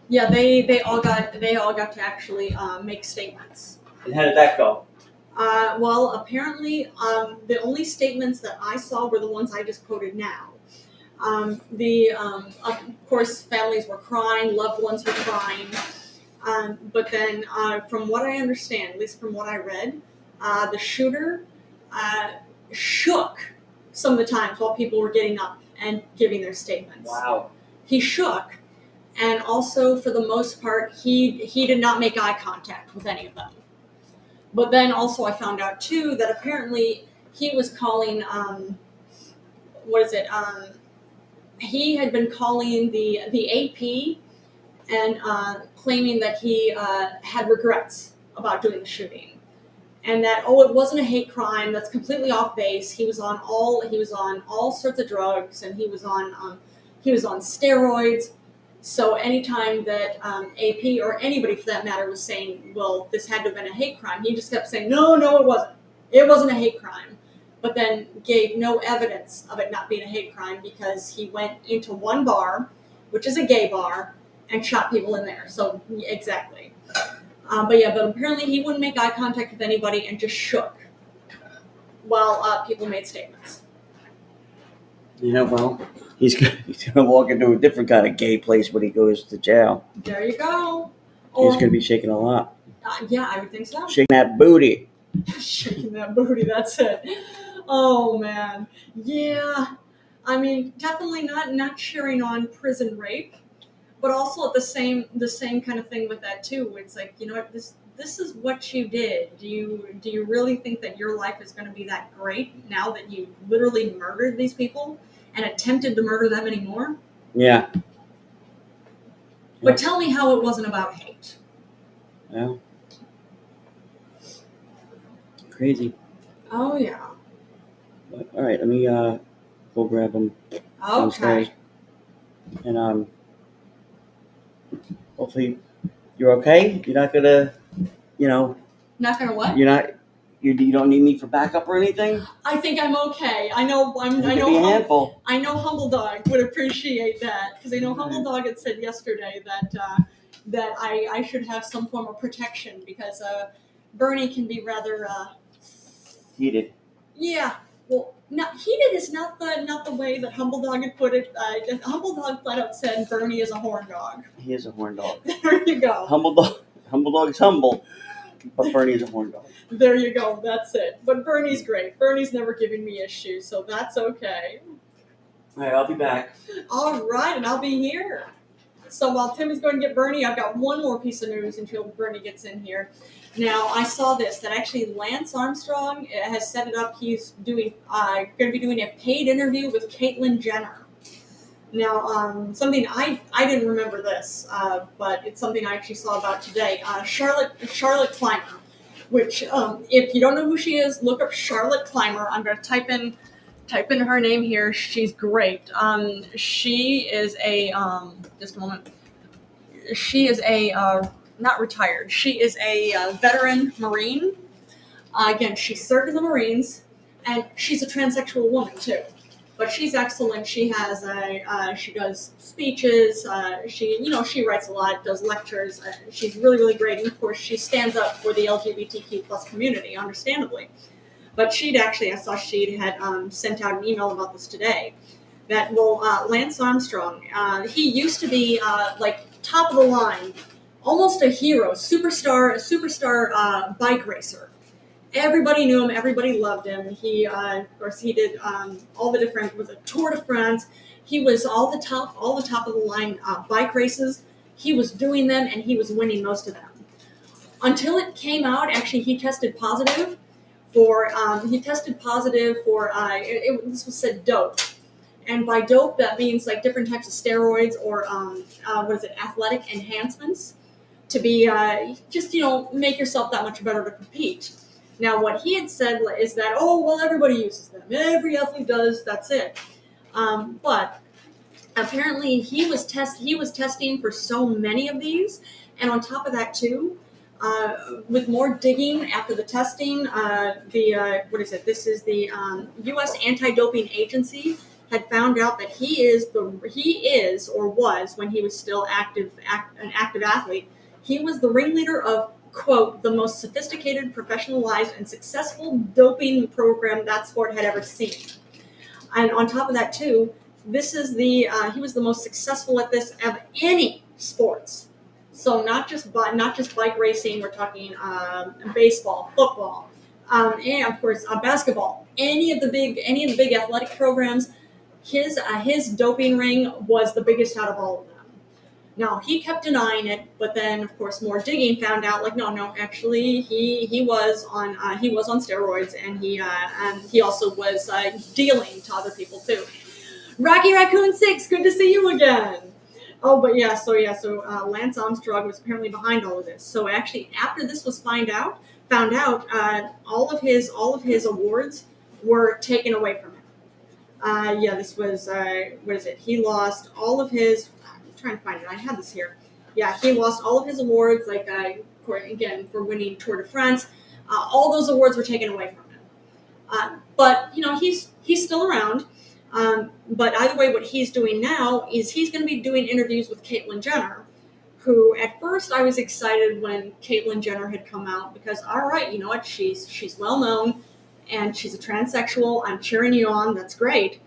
Speaker 1: yeah, they they all got they all got to actually uh, make statements.
Speaker 2: And how did that go?
Speaker 1: Uh, well, apparently, um, the only statements that I saw were the ones I just quoted now. Um, the um, of course, families were crying, loved ones were crying, um, but then, uh, from what I understand, at least from what I read, uh, the shooter uh, shook some of the times while people were getting up and giving their statements
Speaker 2: Wow.
Speaker 1: he shook and also for the most part he he did not make eye contact with any of them but then also i found out too that apparently he was calling um what is it um he had been calling the the ap and uh claiming that he uh had regrets about doing the shooting and that oh it wasn't a hate crime that's completely off base he was on all he was on all sorts of drugs and he was on um he was on steroids. So anytime that um, AP or anybody for that matter was saying, "Well, this had to have been a hate crime," he just kept saying, "No, no, it wasn't. It wasn't a hate crime." But then gave no evidence of it not being a hate crime because he went into one bar, which is a gay bar, and shot people in there. So yeah, exactly. Uh, but yeah, but apparently he wouldn't make eye contact with anybody and just shook while uh, people made statements.
Speaker 2: Yeah. Well, he's gonna, he's gonna walk into a different kind of gay place when he goes to jail.
Speaker 1: There you go.
Speaker 2: He's
Speaker 1: Or-
Speaker 2: gonna be shaking a lot,
Speaker 1: uh, yeah, I would think so.
Speaker 2: shaking that booty.
Speaker 1: shaking that booty. That's it. Oh man, yeah. I mean, definitely not not cheering on prison rape, but also at the same the same kind of thing with that too. Where it's like you know what, this this is what you did. Do you do you really think that your life is going to be that great now that you literally murdered these people and attempted to murder them anymore?
Speaker 2: Yeah.
Speaker 1: But tell me how it wasn't about hate.
Speaker 2: Well. Crazy.
Speaker 1: Oh yeah.
Speaker 2: But, all right. Let me uh, go grab him. downstairs.
Speaker 1: Okay.
Speaker 2: And um, hopefully you're okay. You're not gonna, you know,
Speaker 1: Not gonna what?
Speaker 2: you're not, you, you don't need me for backup or anything.
Speaker 1: I think I'm okay. I know I'm.
Speaker 2: You
Speaker 1: I
Speaker 2: could
Speaker 1: know.
Speaker 2: be a
Speaker 1: how-
Speaker 2: handful.
Speaker 1: I know Humble Dog would appreciate that because I know Humble Dog had said yesterday that uh, that I, I should have some form of protection because uh, Bernie can be rather uh,
Speaker 2: Heated.
Speaker 1: yeah well not heated is not the not the way that Humble Dog had put it. Uh, just- Humble Dog flat out said Bernie is a horn dog.
Speaker 2: He is a horn dog.
Speaker 1: There you go.
Speaker 2: Humble dog. Humble dog is humble, but Bernie is a horn dog.
Speaker 1: There you go. That's it. But Bernie's great. Bernie's never given me issues, so that's okay.
Speaker 2: All right, I'll be back.
Speaker 1: All right, and I'll be here. So while Tim is going to get Bernie, I've got one more piece of news until Bernie gets in here. Now I saw this that actually Lance Armstrong uh, has set it up. He's doing uh, going to be doing a paid interview with Caitlyn Jenner. Now um, something I I didn't remember this, uh, but it's something I actually saw about today. Uh, Charlotte Charlotte Clymer, which um, if you don't know who she is, look up Charlotte Clymer. I'm going to type in type in her name here. She's great. Um, she is a um, just a moment. She is a uh, not retired. She is a uh, veteran Marine. Uh, again, she served in the Marines, and she's a transsexual woman too. But she's excellent. She has a uh, she does speeches. Uh, she you know she writes a lot, does lectures. Uh, she's really really great, and of course she stands up for the LGBTQ plus community, understandably. But she'd actually, I saw she'd had um, sent out an email about this today that will uh, Lance Armstrong. Uh, he used to be uh, like top of the line, almost a hero, superstar, a superstar uh, bike racer. Everybody knew him. Everybody loved him. He, uh, of course, he did um, all the different was a Tour de France. He was all the top, all the top of the line uh, bike races. He was doing them, and he was winning most of them. Until it came out, actually, he tested positive for. Um, he tested positive for. Uh, it, it, this was said dope, and by dope that means like different types of steroids or um, uh, what is it, athletic enhancements, to be uh, just you know make yourself that much better to compete. Now, what he had said is that, oh, well, everybody uses them. Every athlete does. That's it. Um, but apparently, he was test he was testing for so many of these, and on top of that, too, uh, with more digging after the testing, uh, the uh, what is it? This is the um, U.S. Anti-Doping Agency had found out that he is the he is or was when he was still active act, an active athlete. He was the ringleader of quote, the most sophisticated, professionalized, and successful doping program that sport had ever seen. And on top of that, too, this is the uh, he was the most successful at this of any sports. So not just bi- not just bike racing. We're talking um, baseball, football, um, and of course uh, basketball. Any of the big any of the big athletic programs, his uh, his doping ring was the biggest out of all of them. Now he kept denying it, but then of course more digging found out like no, no, actually he he was on uh, he was on steroids and he uh, and he also was uh, dealing to other people too. Rocky Raccoon Six, good to see you again. Oh, but yeah, so yeah, so uh, Lance Armstrong was apparently behind all of this. So actually, after this was find out, found out, uh, all of his all of his awards were taken away from him. Uh, yeah, this was uh, what is it? He lost all of his. I'm trying to find it. I had this here. Yeah, he lost all of his awards, like uh, for- again for winning Tour de France. Uh, all those awards were taken away from him. Uh, but you know he's he's still around. Um, but either way, what he's doing now is he's going to be doing interviews with Caitlyn Jenner, who at first I was excited when Caitlyn Jenner had come out because all right, you know what, she's she's well known and she's a transsexual. I'm cheering you on. That's great.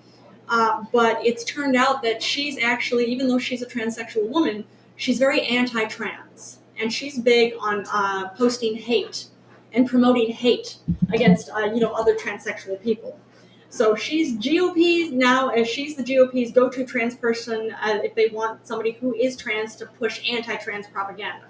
Speaker 1: Uh, but it's turned out that she's actually, even though she's a transsexual woman, she's very anti trans. And she's big on uh, posting hate and promoting hate against, uh, you know, other transsexual people. So she's GOP's now, as she's the GOP's go to trans person uh, if they want somebody who is trans to push anti trans propaganda.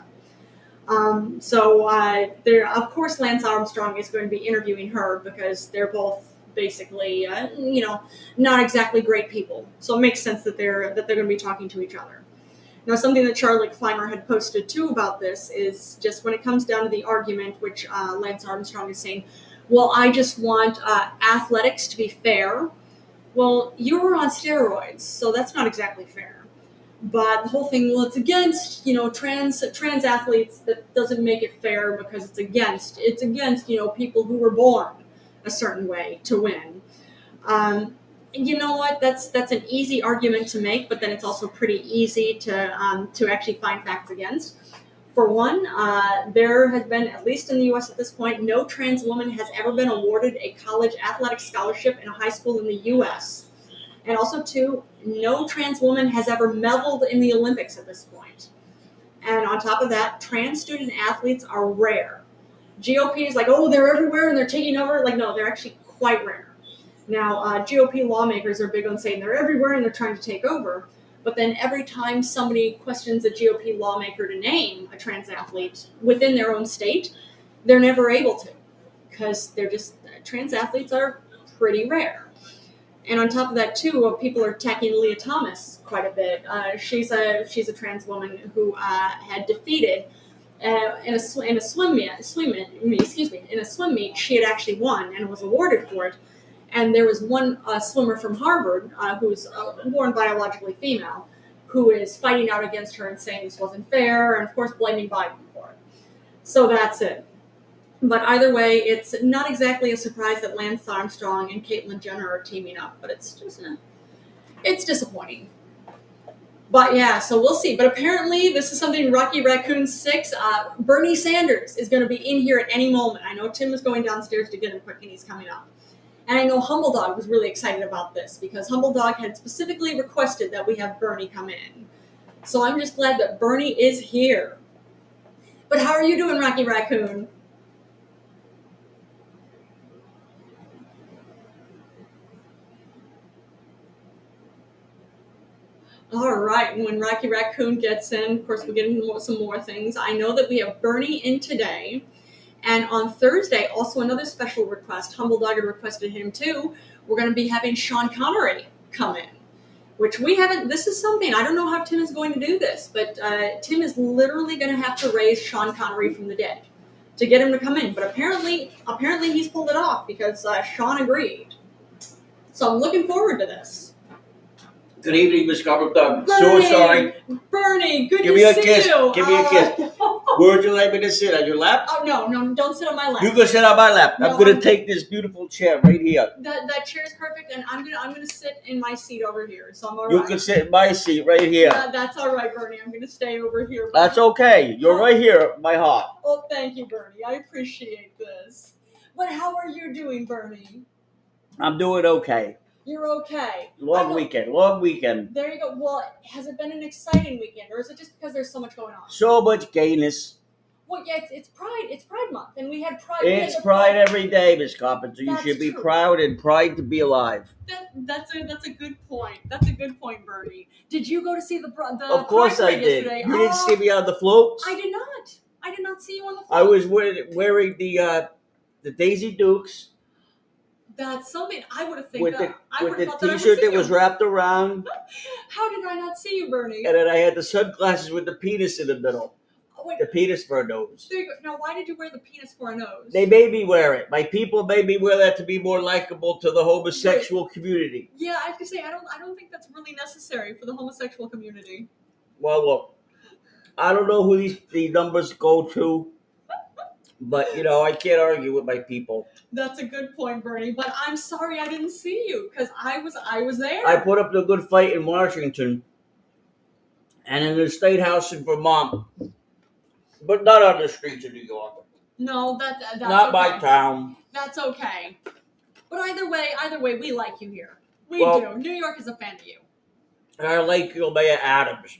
Speaker 1: Um, so uh, there, of course, Lance Armstrong is going to be interviewing her because they're both basically, uh, you know, not exactly great people. So it makes sense that they're that they're going to be talking to each other. Now, something that Charlotte Clymer had posted too about this is just when it comes down to the argument, which uh, Lance Armstrong is saying, "Well, I just want uh, athletics to be fair." Well, you were on steroids, so that's not exactly fair but the whole thing well it's against you know trans trans athletes that doesn't make it fair because it's against it's against you know people who were born a certain way to win um, and you know what that's that's an easy argument to make but then it's also pretty easy to um, to actually find facts against for one uh, there has been at least in the us at this point no trans woman has ever been awarded a college athletic scholarship in a high school in the us and also, two, no trans woman has ever medaled in the Olympics at this point. And on top of that, trans student athletes are rare. GOP is like, oh, they're everywhere and they're taking over. Like, no, they're actually quite rare. Now, uh, GOP lawmakers are big on saying they're everywhere and they're trying to take over. But then every time somebody questions a GOP lawmaker to name a trans athlete within their own state, they're never able to because they're just, trans athletes are pretty rare. And on top of that, too, uh, people are attacking Leah Thomas quite a bit. Uh, she's a she's a trans woman who uh, had defeated uh, in a sw- in a swim meet, swim meet, I mean, excuse me, in a swim meet. She had actually won and was awarded for it. And there was one uh, swimmer from Harvard uh, who's uh, born biologically female, who is fighting out against her and saying this wasn't fair, and of course blaming Biden for it. So that's it. But either way, it's not exactly a surprise that Lance Armstrong and Caitlyn Jenner are teaming up, but it's just eh, it's disappointing. But yeah, so we'll see. But apparently, this is something Rocky Raccoon Six. Uh, Bernie Sanders is going to be in here at any moment. I know Tim is going downstairs to get him quick, and he's coming up. And I know Humble Dog was really excited about this because Humble Dog had specifically requested that we have Bernie come in. So I'm just glad that Bernie is here. But how are you doing, Rocky Raccoon? All right, and when Rocky Raccoon gets in, of course, we get into more- some more things. I know that we have Bernie in today. And on Thursday, also another special request. Humble Dog had requested him too. We're going to be having Sean Connery come in, which we haven't. This is something I don't know how Tim is going to do this, but uh, Tim is literally going to have to raise Sean Connery from the dead to get him to come in. But apparently, apparently he's pulled it off because uh, Sean agreed. So I'm looking forward to this.
Speaker 3: Good evening, Miss Gobbledom. So
Speaker 1: Bernie!
Speaker 3: sorry.
Speaker 1: Bernie, good
Speaker 3: Give
Speaker 1: to
Speaker 3: me a
Speaker 1: see
Speaker 3: kiss.
Speaker 1: you.
Speaker 3: Give me a
Speaker 1: Uh,
Speaker 3: kiss. Where would you like me to sit? On your lap?
Speaker 1: Oh no, no, don't sit on my lap.
Speaker 3: You can sit on my lap.
Speaker 1: No,
Speaker 3: I'm gonna
Speaker 1: I'm-
Speaker 3: take this beautiful chair right here.
Speaker 1: that that chair is perfect, and I'm gonna I'm gonna sit in my seat over here, so I'm
Speaker 3: You
Speaker 1: alright.
Speaker 3: can sit in my seat right here.
Speaker 1: That- that's all right, Bernie. I'm gonna stay over here.
Speaker 3: That's okay. You're right here, my heart.
Speaker 1: Oh, thank you, Bernie. I appreciate this. But how are you doing, Bernie?
Speaker 3: I'm doing okay.
Speaker 1: You're okay. I
Speaker 3: Long
Speaker 1: know-
Speaker 3: weekend, long weekend.
Speaker 1: There you go. Well, has it been an exciting weekend, or is it just because there's so much going on?
Speaker 3: So much gayness.
Speaker 1: Well, yeah, it's, it's Pride. It's Pride Month, and we had Pride. we had
Speaker 3: It's
Speaker 1: the
Speaker 3: pride every day, Miss Carpenter. You
Speaker 1: That's
Speaker 3: should be
Speaker 1: true.
Speaker 3: proud and pride to be alive.
Speaker 1: That, that's a that's a good point. That's a good point, Bernie. Did you go to see the Pri- the
Speaker 3: Of course
Speaker 1: Uh, Pride
Speaker 3: I
Speaker 1: Parade
Speaker 3: did.
Speaker 1: Yesterday?
Speaker 3: You didn't
Speaker 1: Oh,
Speaker 3: see me on the floats.
Speaker 1: I did not. I did not see you on the.
Speaker 3: I
Speaker 1: float.
Speaker 3: was wearing, wearing the uh, the Daisy Dukes
Speaker 1: That's something I would have think
Speaker 3: with
Speaker 1: that
Speaker 3: the
Speaker 1: I
Speaker 3: with
Speaker 1: would have
Speaker 3: the
Speaker 1: thought that I would
Speaker 3: T-shirt
Speaker 1: see
Speaker 3: that was
Speaker 1: you.
Speaker 3: wrapped around,
Speaker 1: How did I not see you, Bernie?
Speaker 3: and then I had the sunglasses with the penis in the middle,
Speaker 1: Oh, wait,
Speaker 3: the penis for a nose.
Speaker 1: there you go. Now, why did you wear the penis for a nose?
Speaker 3: They made me wear it. My people made me wear that to be more likable to the homosexual community.
Speaker 1: yeah, I have to say I don't I don't think that's really necessary for the homosexual community.
Speaker 3: Well, look, I don't know who these the numbers go to, but you know I can't argue with my people.
Speaker 1: That's a good point, Bernie. But I'm sorry I didn't see you because I was I was there.
Speaker 3: I put up a good fight in Washington and in the state house in Vermont, but not on the streets of New York.
Speaker 1: no, that, that that's
Speaker 3: not my
Speaker 1: okay.
Speaker 3: town.
Speaker 1: That's okay. But either way, either way, we like you here. We
Speaker 3: Well-
Speaker 1: do. New York is a fan of you.
Speaker 3: And I like your Mayor Adams.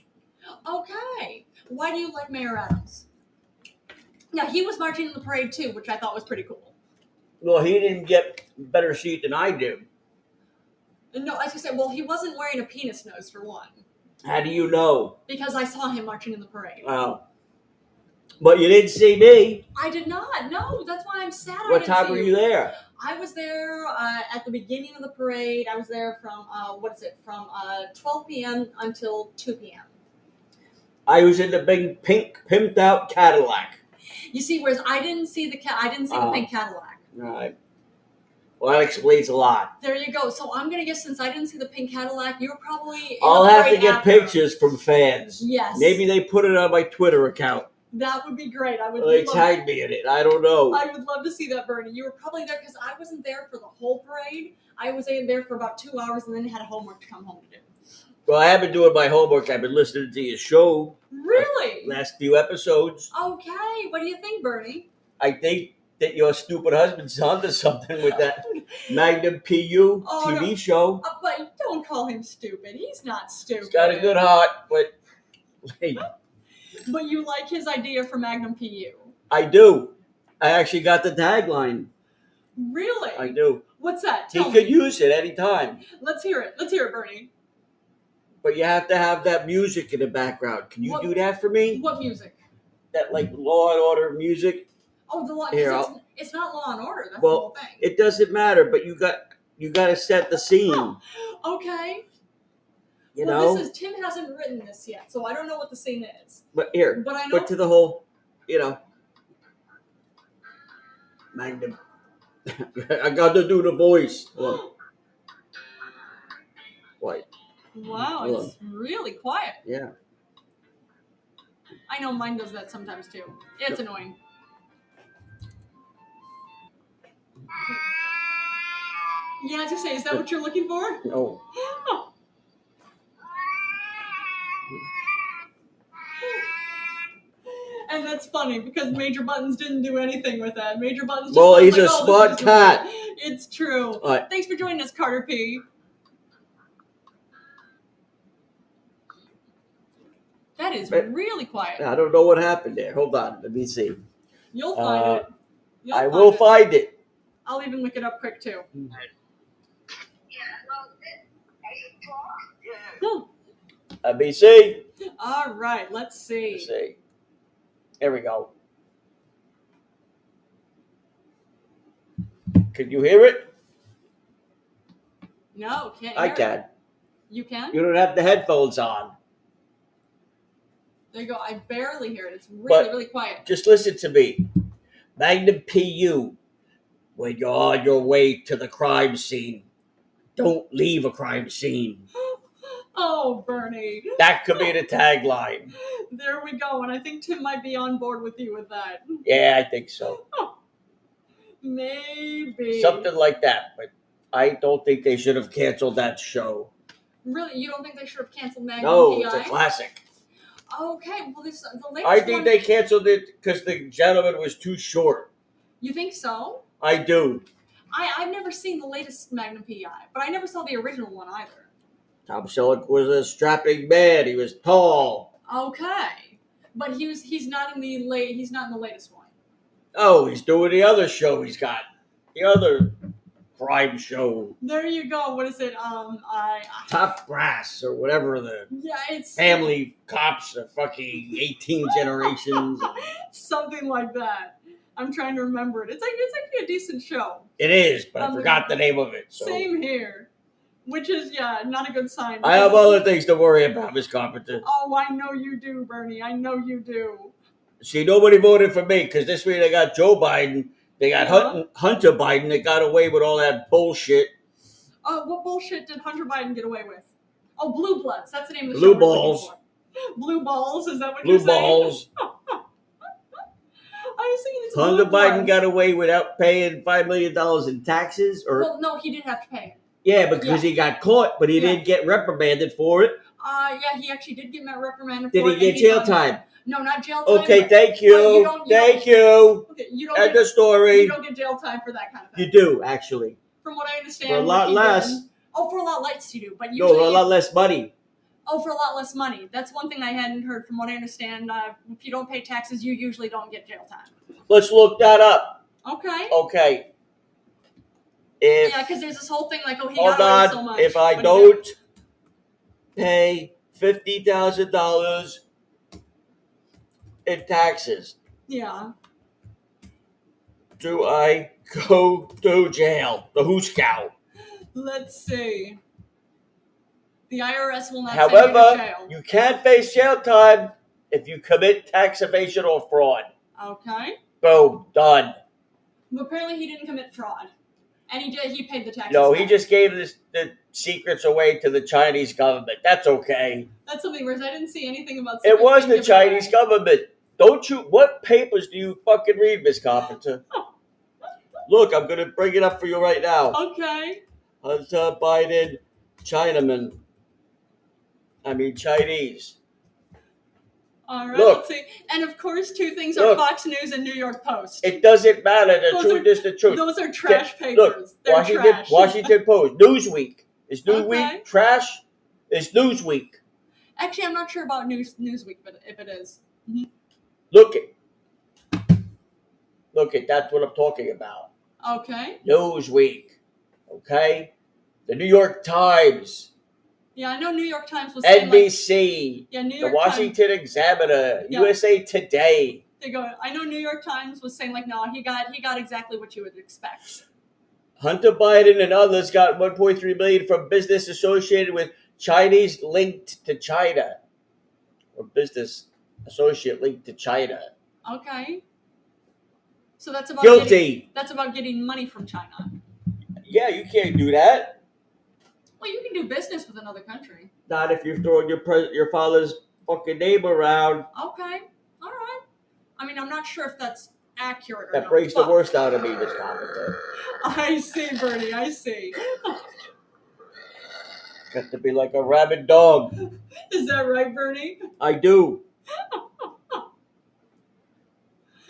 Speaker 1: Okay. Why do you like Mayor Adams? Now he was marching in the parade too, which I thought was pretty cool.
Speaker 3: Well, he didn't get better seat than I did.
Speaker 1: And No, as you said, well, he wasn't wearing a penis nose for one,
Speaker 3: How do you know?
Speaker 1: because I saw him marching in the parade.
Speaker 3: Wow. But you didn't see me.
Speaker 1: I did not. No, that's why I'm sad. I
Speaker 3: What
Speaker 1: didn't
Speaker 3: time
Speaker 1: see
Speaker 3: were you there?
Speaker 1: I was there uh, at the beginning of the parade. I was there from uh, what is it? From uh, 12 p.m. until 2 p.m.
Speaker 3: I was in the big pink pimped out Cadillac.
Speaker 1: You see, whereas I didn't see the cat, I didn't see the
Speaker 3: Oh.
Speaker 1: pink Cadillac.
Speaker 3: All right. Well, that explains a lot.
Speaker 1: There you go. So I'm gonna guess since I didn't see the pink Cadillac, you were probably. in the
Speaker 3: I'll have to
Speaker 1: parade
Speaker 3: get
Speaker 1: after.
Speaker 3: pictures from fans.
Speaker 1: Yes.
Speaker 3: Maybe they put it on my Twitter account.
Speaker 1: That would be great. I would
Speaker 3: They
Speaker 1: love
Speaker 3: tagged me in it. I don't know.
Speaker 1: I would love to see that, Bernie. You were probably there because I wasn't there for the whole parade. I was in there for about two hours and then had homework to come home to do.
Speaker 3: Well, I have been doing my homework. I've been listening to your show
Speaker 1: Really?
Speaker 3: last few episodes.
Speaker 1: Okay. What do you think, Bernie?
Speaker 3: I think that your stupid husband's onto something with that Magnum PU
Speaker 1: Oh,
Speaker 3: TV
Speaker 1: no.
Speaker 3: show.
Speaker 1: Uh, but don't call him stupid. He's not stupid.
Speaker 3: He's got a good heart, but hey,
Speaker 1: But you like his idea for Magnum PU.
Speaker 3: I do. I actually got the tagline.
Speaker 1: Really?
Speaker 3: I do.
Speaker 1: What's that?
Speaker 3: He
Speaker 1: Tell
Speaker 3: could
Speaker 1: me.
Speaker 3: use it anytime,
Speaker 1: Let's hear it. Let's hear it, Bernie.
Speaker 3: but you have to have that music in the background. Can you
Speaker 1: What-
Speaker 3: do that for me?
Speaker 1: What music?
Speaker 3: That like Law and Order music.
Speaker 1: Oh, the law. 'cause
Speaker 3: Here,
Speaker 1: it's, it's not Law and Order. That's
Speaker 3: Well,
Speaker 1: the whole thing.
Speaker 3: It doesn't matter, but you got you got to set the scene.
Speaker 1: Okay.
Speaker 3: You
Speaker 1: well,
Speaker 3: know.
Speaker 1: this is Tim hasn't written this yet, so I don't know what the scene is.
Speaker 3: But here,
Speaker 1: But I know
Speaker 3: but to the whole, you know, Magnum. I got to do the voice. Look, wait,
Speaker 1: Wow,
Speaker 3: Hello.
Speaker 1: it's really quiet.
Speaker 3: Yeah.
Speaker 1: I know mine does that sometimes too. It's annoying. Yeah, I just say, is that what you're looking for?
Speaker 3: no.
Speaker 1: And and that's funny because Major Buttons didn't do anything with that. Major Buttons. Just
Speaker 3: Well,
Speaker 1: was
Speaker 3: he's
Speaker 1: like,
Speaker 3: a
Speaker 1: "Oh,
Speaker 3: smart
Speaker 1: this is
Speaker 3: cat."
Speaker 1: great." It's true.
Speaker 3: All right.
Speaker 1: Thanks for joining us, Carter P. That is
Speaker 3: But- uh,
Speaker 1: really quiet.
Speaker 3: I don't know what happened there. Hold on. Let me see.
Speaker 1: You'll find
Speaker 3: uh,
Speaker 1: it. You'll
Speaker 3: I will
Speaker 1: it.
Speaker 3: find it.
Speaker 1: I'll even look it up quick too.
Speaker 3: Let me see.
Speaker 1: All right, let's
Speaker 3: Let me
Speaker 1: see.
Speaker 3: see. There we go. Can you hear it?
Speaker 1: No, can't.
Speaker 3: I
Speaker 1: hear it.
Speaker 3: can.
Speaker 1: You can.
Speaker 3: You don't have the headphones on.
Speaker 1: There you go. I barely hear it. It's really,
Speaker 3: But-
Speaker 1: really quiet.
Speaker 3: Just listen to me. Magnum PU, when you're on your way to the crime scene, don't leave a crime scene.
Speaker 1: Oh, Bernie.
Speaker 3: That could be the tagline.
Speaker 1: There we go. And I think Tim might be on board with you with that.
Speaker 3: Yeah, I think so.
Speaker 1: Maybe.
Speaker 3: Something like that. But I don't think they should have canceled that show.
Speaker 1: Really, you don't think they should have canceled Magnum
Speaker 3: No, it's a
Speaker 1: PI?
Speaker 3: classic.
Speaker 1: okay. Well, this the latest
Speaker 3: I think
Speaker 1: one-
Speaker 3: they canceled it because the gentleman was too short.
Speaker 1: You think so?
Speaker 3: I do.
Speaker 1: I I've never seen the latest Magnum PI, but I never saw the original one either.
Speaker 3: Tom Selleck was a strapping man. He was tall.
Speaker 1: Okay. But he was he's not in the late he's not in the latest one.
Speaker 3: Oh, he's doing the other show he's got. The other crime show.
Speaker 1: There you go. What is it? Um I, I
Speaker 3: Top Brass or whatever the
Speaker 1: yeah, it's
Speaker 3: family cops of fucking 18 generations.
Speaker 1: something like that. I'm trying to remember it. It's like it's actually a decent show.
Speaker 3: It is, but I
Speaker 1: Um,
Speaker 3: forgot the name of it. So
Speaker 1: Same here, which is yeah, not a good sign.
Speaker 3: I have other things to worry about, Miss Carpenter.
Speaker 1: Oh, I know you do, Bernie. I know you do.
Speaker 3: See, nobody voted for me because this week they got Joe Biden. They got Hunt- Hunter Biden that got away with all that bullshit.
Speaker 1: Uh, what bullshit did Hunter Biden get away with? Oh, Blue Bloods. That's the name of the
Speaker 3: Blue
Speaker 1: show we're looking
Speaker 3: Balls.
Speaker 1: for. Blue balls. Is that what
Speaker 3: Blue
Speaker 1: you're saying?
Speaker 3: balls.
Speaker 1: I was thinking it's
Speaker 3: Hunter
Speaker 1: Blue
Speaker 3: Biden
Speaker 1: Bloods.
Speaker 3: got away without paying $5 million in taxes or.
Speaker 1: Well, no, he did have to pay.
Speaker 3: yeah, because he got caught, but he
Speaker 1: Yeah.
Speaker 3: didn't get reprimanded for it.
Speaker 1: Uh, yeah, he actually did get met reprimanded.
Speaker 3: Did
Speaker 1: for
Speaker 3: he
Speaker 1: it,
Speaker 3: get
Speaker 1: and he's
Speaker 3: jail
Speaker 1: on-
Speaker 3: time?
Speaker 1: No, not jail time.
Speaker 3: Okay,
Speaker 1: but-
Speaker 3: thank
Speaker 1: Well, you
Speaker 3: you.
Speaker 1: don't- you
Speaker 3: Thank you.
Speaker 1: okay, you don't.
Speaker 3: End
Speaker 1: Get,
Speaker 3: of story.
Speaker 1: you don't get jail time for that kind of
Speaker 3: You
Speaker 1: thing.
Speaker 3: do actually
Speaker 1: From what I understand,
Speaker 3: for a lot
Speaker 1: he did.
Speaker 3: less.
Speaker 1: Oh, for a lot less you do, but
Speaker 3: No,
Speaker 1: usually
Speaker 3: for a lot less money.
Speaker 1: oh, for a lot less money. That's one thing I hadn't heard. From what I understand, uh, if you don't pay taxes, you usually don't get jail time.
Speaker 3: Let's look that up.
Speaker 1: Okay.
Speaker 3: Okay. If
Speaker 1: yeah, because there's this whole thing like, oh, he
Speaker 3: hold
Speaker 1: got away
Speaker 3: on,
Speaker 1: with so much.
Speaker 3: if
Speaker 1: but he
Speaker 3: I
Speaker 1: didn't.
Speaker 3: don't pay fifty thousand dollars in taxes,
Speaker 1: Yeah.
Speaker 3: do I go to jail? The who's cow.
Speaker 1: Let's see. The IRS will not send you to
Speaker 3: However,
Speaker 1: jail.
Speaker 3: you can face jail time if you commit tax evasion or fraud.
Speaker 1: Okay.
Speaker 3: Boom, done.
Speaker 1: But apparently, he didn't commit fraud, and he did. He paid the taxes.
Speaker 3: No, he
Speaker 1: back.
Speaker 3: just gave this, the secrets away to the Chinese government. That's okay.
Speaker 1: That's something where I didn't see anything about.
Speaker 3: It was the
Speaker 1: secrets being given
Speaker 3: Chinese
Speaker 1: away.
Speaker 3: government. Don't you? What papers do you fucking read, Miss Carpenter? Look, I'm gonna bring it up for you right now.
Speaker 1: Okay.
Speaker 3: Hunter Biden, Chinaman. I mean Chinese.
Speaker 1: All right.
Speaker 3: Look.
Speaker 1: Let's see. And of course, two things
Speaker 3: Look.
Speaker 1: are Fox News and New York Post.
Speaker 3: It doesn't matter. The
Speaker 1: Those
Speaker 3: truth is the truth.
Speaker 1: Those are trash papers.
Speaker 3: look,
Speaker 1: They're
Speaker 3: Washington,
Speaker 1: trash.
Speaker 3: Washington Post, Newsweek. Is Newsweek
Speaker 1: Okay.
Speaker 3: trash? Is Newsweek?
Speaker 1: Actually, I'm not sure about News Newsweek, but if it is,
Speaker 3: Look it. Look it. That's what I'm talking about.
Speaker 1: okay.
Speaker 3: Newsweek, okay? The New York Times,
Speaker 1: Yeah, I know New York Times was saying like,
Speaker 3: NBC,
Speaker 1: yeah, New
Speaker 3: the
Speaker 1: York Times.
Speaker 3: Washington Examiner,
Speaker 1: Yeah.
Speaker 3: USA Today.
Speaker 1: They go. I know New York Times was saying like, no, he got he got exactly what you would expect.
Speaker 3: Hunter Biden and others got 1.3 million from business associated with Chinese linked to China, or business associate linked to China.
Speaker 1: Okay. So that's about Getting,
Speaker 3: Guilty.
Speaker 1: that's about getting money from China.
Speaker 3: Yeah, you can't do that.
Speaker 1: Well, you can do business with another country.
Speaker 3: Not if you're throwing your pres- your father's fucking name around.
Speaker 1: Okay. All right. I mean, I'm not sure if that's accurate or
Speaker 3: That
Speaker 1: not,
Speaker 3: breaks the
Speaker 1: but-
Speaker 3: worst out of me, Miss Carpenter.
Speaker 1: I see, Bernie. I see.
Speaker 3: Got to be like a rabid dog.
Speaker 1: Is that right, Bernie?
Speaker 3: I do.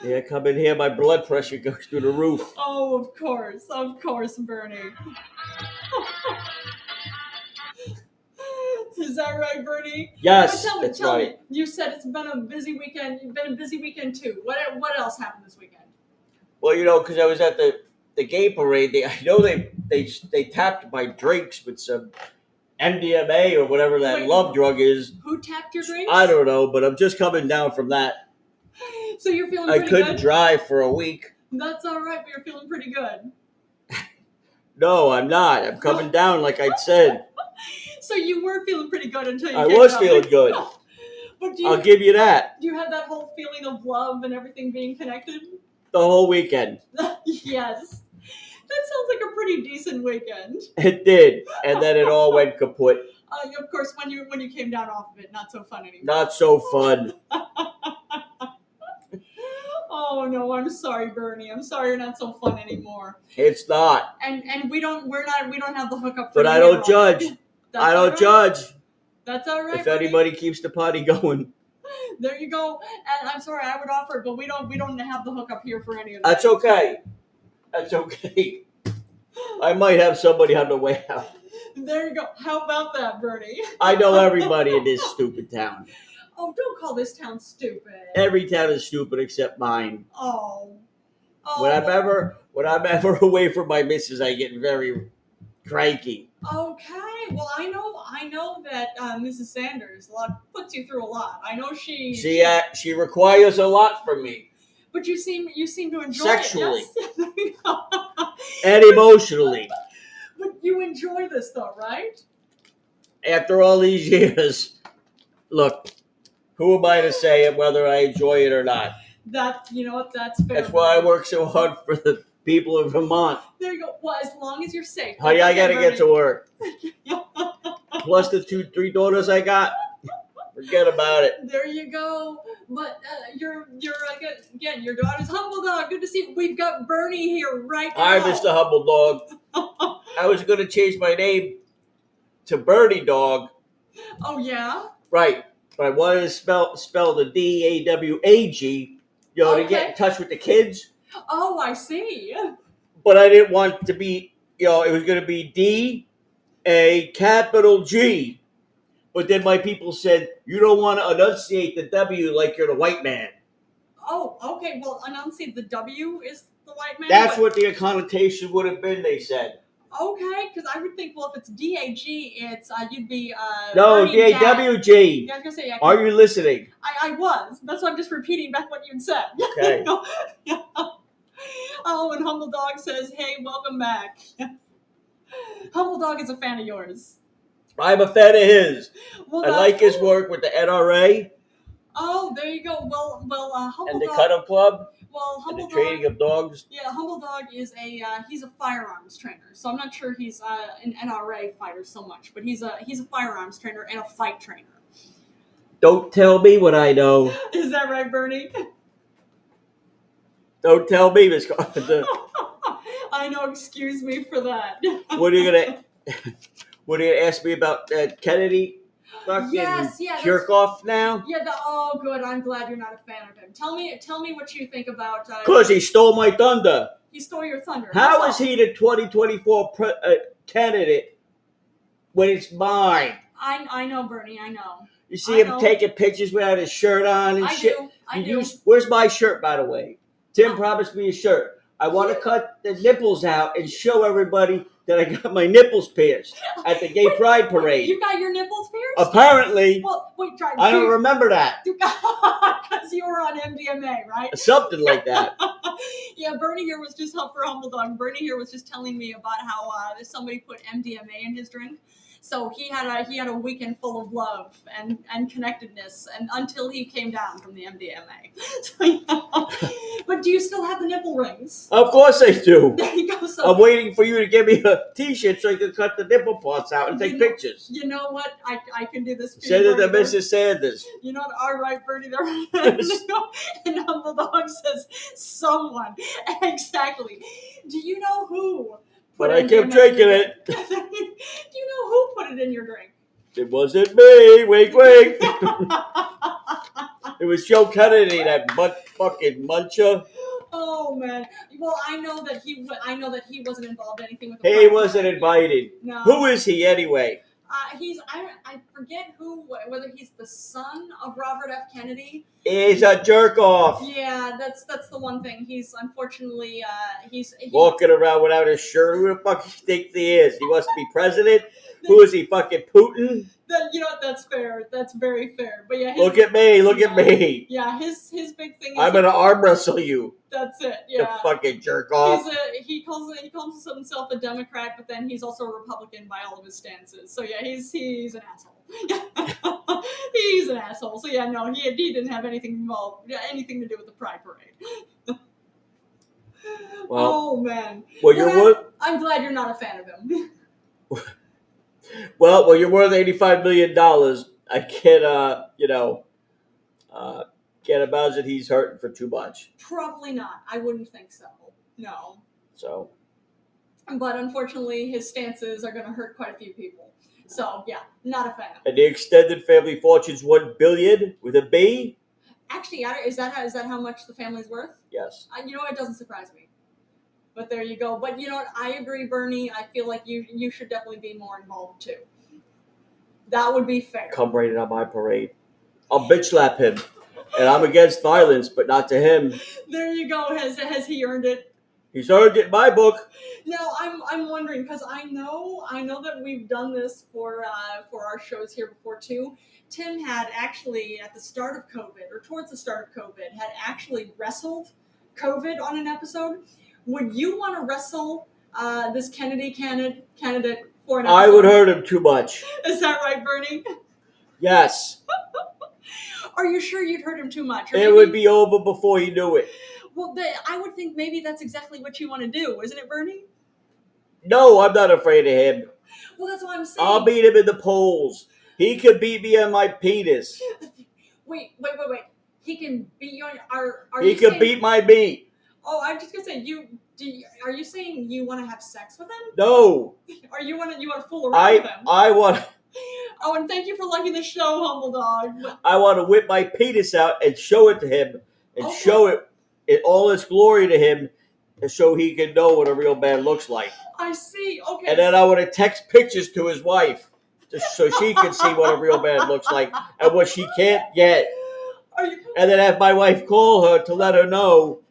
Speaker 3: Yeah, come in here. My blood pressure goes through the roof.
Speaker 1: Oh, of course, of course, Bernie. Is that right, Bernie?
Speaker 3: Yes,
Speaker 1: tell me,
Speaker 3: that's
Speaker 1: tell
Speaker 3: right.
Speaker 1: me. You said it's been a busy weekend. You've been a busy weekend too. What what else happened this weekend?
Speaker 3: Well, you know, because I was at the the gay parade. They, I know they they they tapped my drinks with some MDMA or whatever that
Speaker 1: Wait.
Speaker 3: love drug is.
Speaker 1: Who tapped your drinks?
Speaker 3: I don't know, but I'm just coming down from that.
Speaker 1: So you're feeling
Speaker 3: I
Speaker 1: pretty
Speaker 3: couldn't
Speaker 1: good.
Speaker 3: drive for a week.
Speaker 1: That's all right, but you're feeling pretty good.
Speaker 3: No, I'm not. I'm coming down, like I said.
Speaker 1: So you were feeling pretty good until you.
Speaker 3: I
Speaker 1: came
Speaker 3: was
Speaker 1: out.
Speaker 3: feeling good.
Speaker 1: But do you
Speaker 3: I'll give you that
Speaker 1: do you have that whole feeling of love and everything being connected?
Speaker 3: the whole weekend.
Speaker 1: yes. That sounds like a pretty decent weekend.
Speaker 3: It did, and then it all went kaput.
Speaker 1: Uh, of course, when you when you came down off of it, not so fun anymore.
Speaker 3: Not so fun.
Speaker 1: Oh no, I'm sorry, Bernie. I'm sorry you're not so fun anymore.
Speaker 3: It's not.
Speaker 1: And and we don't we're not we don't have the hookup. For
Speaker 3: But I
Speaker 1: you
Speaker 3: don't
Speaker 1: at all.
Speaker 3: judge.
Speaker 1: That's
Speaker 3: I
Speaker 1: all
Speaker 3: don't
Speaker 1: right.
Speaker 3: judge.
Speaker 1: That's all right.
Speaker 3: If
Speaker 1: Bernie.
Speaker 3: anybody keeps the party going,
Speaker 1: there you go. And I'm sorry, I would offer, it, but we don't we don't have the hookup here for any of that.
Speaker 3: that's okay. That's okay. I might have somebody on the way out.
Speaker 1: There you go. How about that, Bernie?
Speaker 3: I know everybody in this stupid town.
Speaker 1: Oh, don't call this town stupid.
Speaker 3: Every town is stupid except mine.
Speaker 1: oh. Oh.
Speaker 3: When I'm ever when I'm ever away from my missus, I get very cranky.
Speaker 1: Okay. Well, I know I know that uh, Mrs. Sanders a lot puts you through a lot. I know she.
Speaker 3: She uh, she requires a lot from me,
Speaker 1: But you seem you seem to enjoy
Speaker 3: Sexually.
Speaker 1: it. Yes.
Speaker 3: and emotionally.
Speaker 1: but you enjoy this though, right?
Speaker 3: After all these years, look, who am I to say it whether I enjoy it or not?
Speaker 1: That you know what? That's fair.
Speaker 3: That's why I work so hard for the people of Vermont.
Speaker 1: There you go. Well, as long as you're safe.
Speaker 3: Honey, Oh, I gotta get to work.
Speaker 1: to.
Speaker 3: Plus the two, three daughters I got. Forget about it.
Speaker 1: There you go. But uh, you're you're like again. Your daughter's humble dog. Good to see. You. We've got Bernie here right now. Oh,
Speaker 3: Hi, Mr. Humble Dog. I was gonna change my name to Birdie Dog,
Speaker 1: Oh yeah.
Speaker 3: right? But I wanted to spell spell the D A W A G, you know, to get
Speaker 1: Okay.
Speaker 3: in touch with the kids.
Speaker 1: Oh, I see.
Speaker 3: But I didn't want to be, you know, it was gonna be D A capital G. But then my people said, you don't want to enunciate the W like you're the white man.
Speaker 1: Oh, okay. Well, enunciate the W is the white man.
Speaker 3: That's
Speaker 1: but-
Speaker 3: what the connotation would have been, they said.
Speaker 1: Okay, because I would think. Well, if it's D A G, it's uh, you'd be uh,
Speaker 3: No,
Speaker 1: Bernie Dad.
Speaker 3: DAWG.
Speaker 1: Yeah, I was gonna say yeah.
Speaker 3: Are you listening?
Speaker 1: I, I was. That's why I'm just repeating back what you'd said.
Speaker 3: Okay.
Speaker 1: Yeah. Oh, and Humble Dog says, "Hey, welcome back." Humble Dog is a fan of yours.
Speaker 3: I'm a fan of his.
Speaker 1: Well,
Speaker 3: I
Speaker 1: that's
Speaker 3: like his
Speaker 1: cool.
Speaker 3: work with the NRA
Speaker 1: Oh, there you go. Well, well, uh, Humble
Speaker 3: and the
Speaker 1: Dog.
Speaker 3: Cut Up Club
Speaker 1: well,
Speaker 3: and
Speaker 1: Humble
Speaker 3: the
Speaker 1: Dog.
Speaker 3: trading of dogs.
Speaker 1: Yeah, Humble Dog is a uh, he's a firearms trainer, so I'm not sure he's uh, an NRA fighter so much, but he's a he's a firearms trainer and a fight trainer.
Speaker 3: Don't tell me what I know.
Speaker 1: Is that right, Bernie?
Speaker 3: Don't tell me, Miss Carpenter.
Speaker 1: I know. Excuse me for that.
Speaker 3: What are you gonna? What are you gonna ask me about that Kennedy fucking
Speaker 1: Yes, yeah, that's-
Speaker 3: jerk off now?
Speaker 1: Yeah. The, oh, good. I'm glad you're not a fan of him. Tell me, tell me what you think about. Uh,
Speaker 3: Cause he stole my thunder.
Speaker 1: he stole your thunder.
Speaker 3: How is
Speaker 1: That's all.
Speaker 3: he the 2024 pre- uh, candidate when it's mine?
Speaker 1: I I know, Bernie. I know.
Speaker 3: You
Speaker 1: I
Speaker 3: see him
Speaker 1: know.
Speaker 3: taking pictures without his shirt on and
Speaker 1: I
Speaker 3: shit.
Speaker 1: do. I
Speaker 3: You
Speaker 1: do.
Speaker 3: use- where's my shirt, by the way? Tim promised me a shirt. I want to cut the nipples out and show everybody that I got my nipples pierced at the Gay Pride Parade.
Speaker 1: You got your nipples pierced.
Speaker 3: Apparently,
Speaker 1: well, wait, try.
Speaker 3: I don't remember that.
Speaker 1: Because you were on MDMA, right?
Speaker 3: Something like that.
Speaker 1: yeah, Bernie here was just help for humble dog. Bernie here was just telling me about how uh, somebody put MDMA in his drink, so he had a he had a weekend full of love and and connectedness, and until he came down from the MDMA. So, yeah. but do you still have the nipple rings?
Speaker 3: Of course I do.
Speaker 1: There you go. So
Speaker 3: I'm waiting for you to give me a T-shirt so I can cut the nipple parts out and take pictures.
Speaker 1: you know what? I, I can do this. for you,
Speaker 3: Send it to
Speaker 1: Bernie.
Speaker 3: Mrs. Sanders.
Speaker 1: You know what? All right, Bernie. There.
Speaker 3: Yes.
Speaker 1: and Humble Dog says, "Someone." exactly. Do you know who?
Speaker 3: But
Speaker 1: put MDMA
Speaker 3: I
Speaker 1: in
Speaker 3: kept
Speaker 1: your
Speaker 3: drinking
Speaker 1: drink?
Speaker 3: it.
Speaker 1: Do you know who put it in your drink?
Speaker 3: It wasn't me. Wait, wait.
Speaker 1: oh,
Speaker 3: It was Joe Kennedy, that butt fucking muncher.
Speaker 1: Oh man. Well, I know that he. wa- I know that he wasn't involved in anything with. The
Speaker 3: He
Speaker 1: White
Speaker 3: wasn't
Speaker 1: House.
Speaker 3: invited.
Speaker 1: No.
Speaker 3: Who is he anyway?
Speaker 1: Uh, he's. I. I forget who. wh- Whether he's the son of Robert F. Kennedy.
Speaker 3: He's a jerk off.
Speaker 1: Yeah, that's that's the one thing. He's unfortunately. Uh, he's. He,
Speaker 3: Walking around without his shirt. Who the fuck do you think he is? He wants to be president? Who is he, fucking Putin?
Speaker 1: that, you know what, that's fair. That's very fair. But yeah. His,
Speaker 3: Look at me, look at me.
Speaker 1: Yeah, his his big thing is.
Speaker 3: I'm gonna arm wrestle you,
Speaker 1: that's it.
Speaker 3: you
Speaker 1: Yeah.
Speaker 3: fucking jerk off.
Speaker 1: He's a, he calls he calls himself a Democrat, but then he's also a Republican by all of his stances. So yeah, he's he's an asshole. he's an asshole. So yeah, no, he, he didn't have anything involved, yeah, anything to do with the Pride Parade. oh man.
Speaker 3: Well, you're
Speaker 1: Well,
Speaker 3: worth
Speaker 1: I'm glad you're not a fan of him.
Speaker 3: well, well, you're worth eighty-five million dollars. I can't, uh, you know, uh, can't imagine he's hurting for too much.
Speaker 1: Probably not. I wouldn't think so. No.
Speaker 3: So
Speaker 1: But unfortunately, his stances are going to hurt quite a few people. So yeah, not a fan.
Speaker 3: And the extended family fortune's one billion with a B?
Speaker 1: Actually, I don't- is that how, is that how much the family's worth?
Speaker 3: Yes.
Speaker 1: I, you know what? It doesn't surprise me. But there you go. But you know what? I agree, Bernie. I feel like you you should definitely be more involved too. That would be fair.
Speaker 3: Come right in on my parade. I'll bitch slap him. And I'm against violence, but not to him.
Speaker 1: There you go. Has has he earned it?
Speaker 3: He's earned it in my book.
Speaker 1: Now I'm I'm wondering because I know I know that we've done this for uh, for our shows here before too. Tim had actually at the start of COVID or towards the start of COVID had actually wrestled COVID on an episode. Would you want to wrestle uh, this Kennedy candidate candidate for an? Episode?
Speaker 3: I would hurt him too much.
Speaker 1: Is that right, Bernie?
Speaker 3: Yes.
Speaker 1: Are you sure you'd hurt him too much? Or
Speaker 3: It would be over before he knew it.
Speaker 1: Well, the, I would think maybe that's exactly what you want to do, isn't it, Bernie?
Speaker 3: No, I'm not afraid of him.
Speaker 1: Well, that's what I'm saying.
Speaker 3: I'll beat him in the polls. He could beat me on my penis.
Speaker 1: Wait, wait, wait, wait. He can beat you on. Are are
Speaker 3: He
Speaker 1: you
Speaker 3: could
Speaker 1: saying,
Speaker 3: beat my meat.
Speaker 1: Oh, I'm just gonna say you. Do you, are you saying you want to have sex with him?
Speaker 3: No.
Speaker 1: Or you want to you want to fool around with
Speaker 3: I
Speaker 1: him?
Speaker 3: I want
Speaker 1: oh, and thank you for liking the show, humble dog.
Speaker 3: I want to whip my penis out and show it to him and
Speaker 1: Okay.
Speaker 3: show it in all its glory to him so he can know what a real man looks like.
Speaker 1: I see. Okay.
Speaker 3: And then uh, I want to text pictures to his wife just so she can see what a real man looks like and what she can't get.
Speaker 1: are you?
Speaker 3: And then have my wife call her to let her know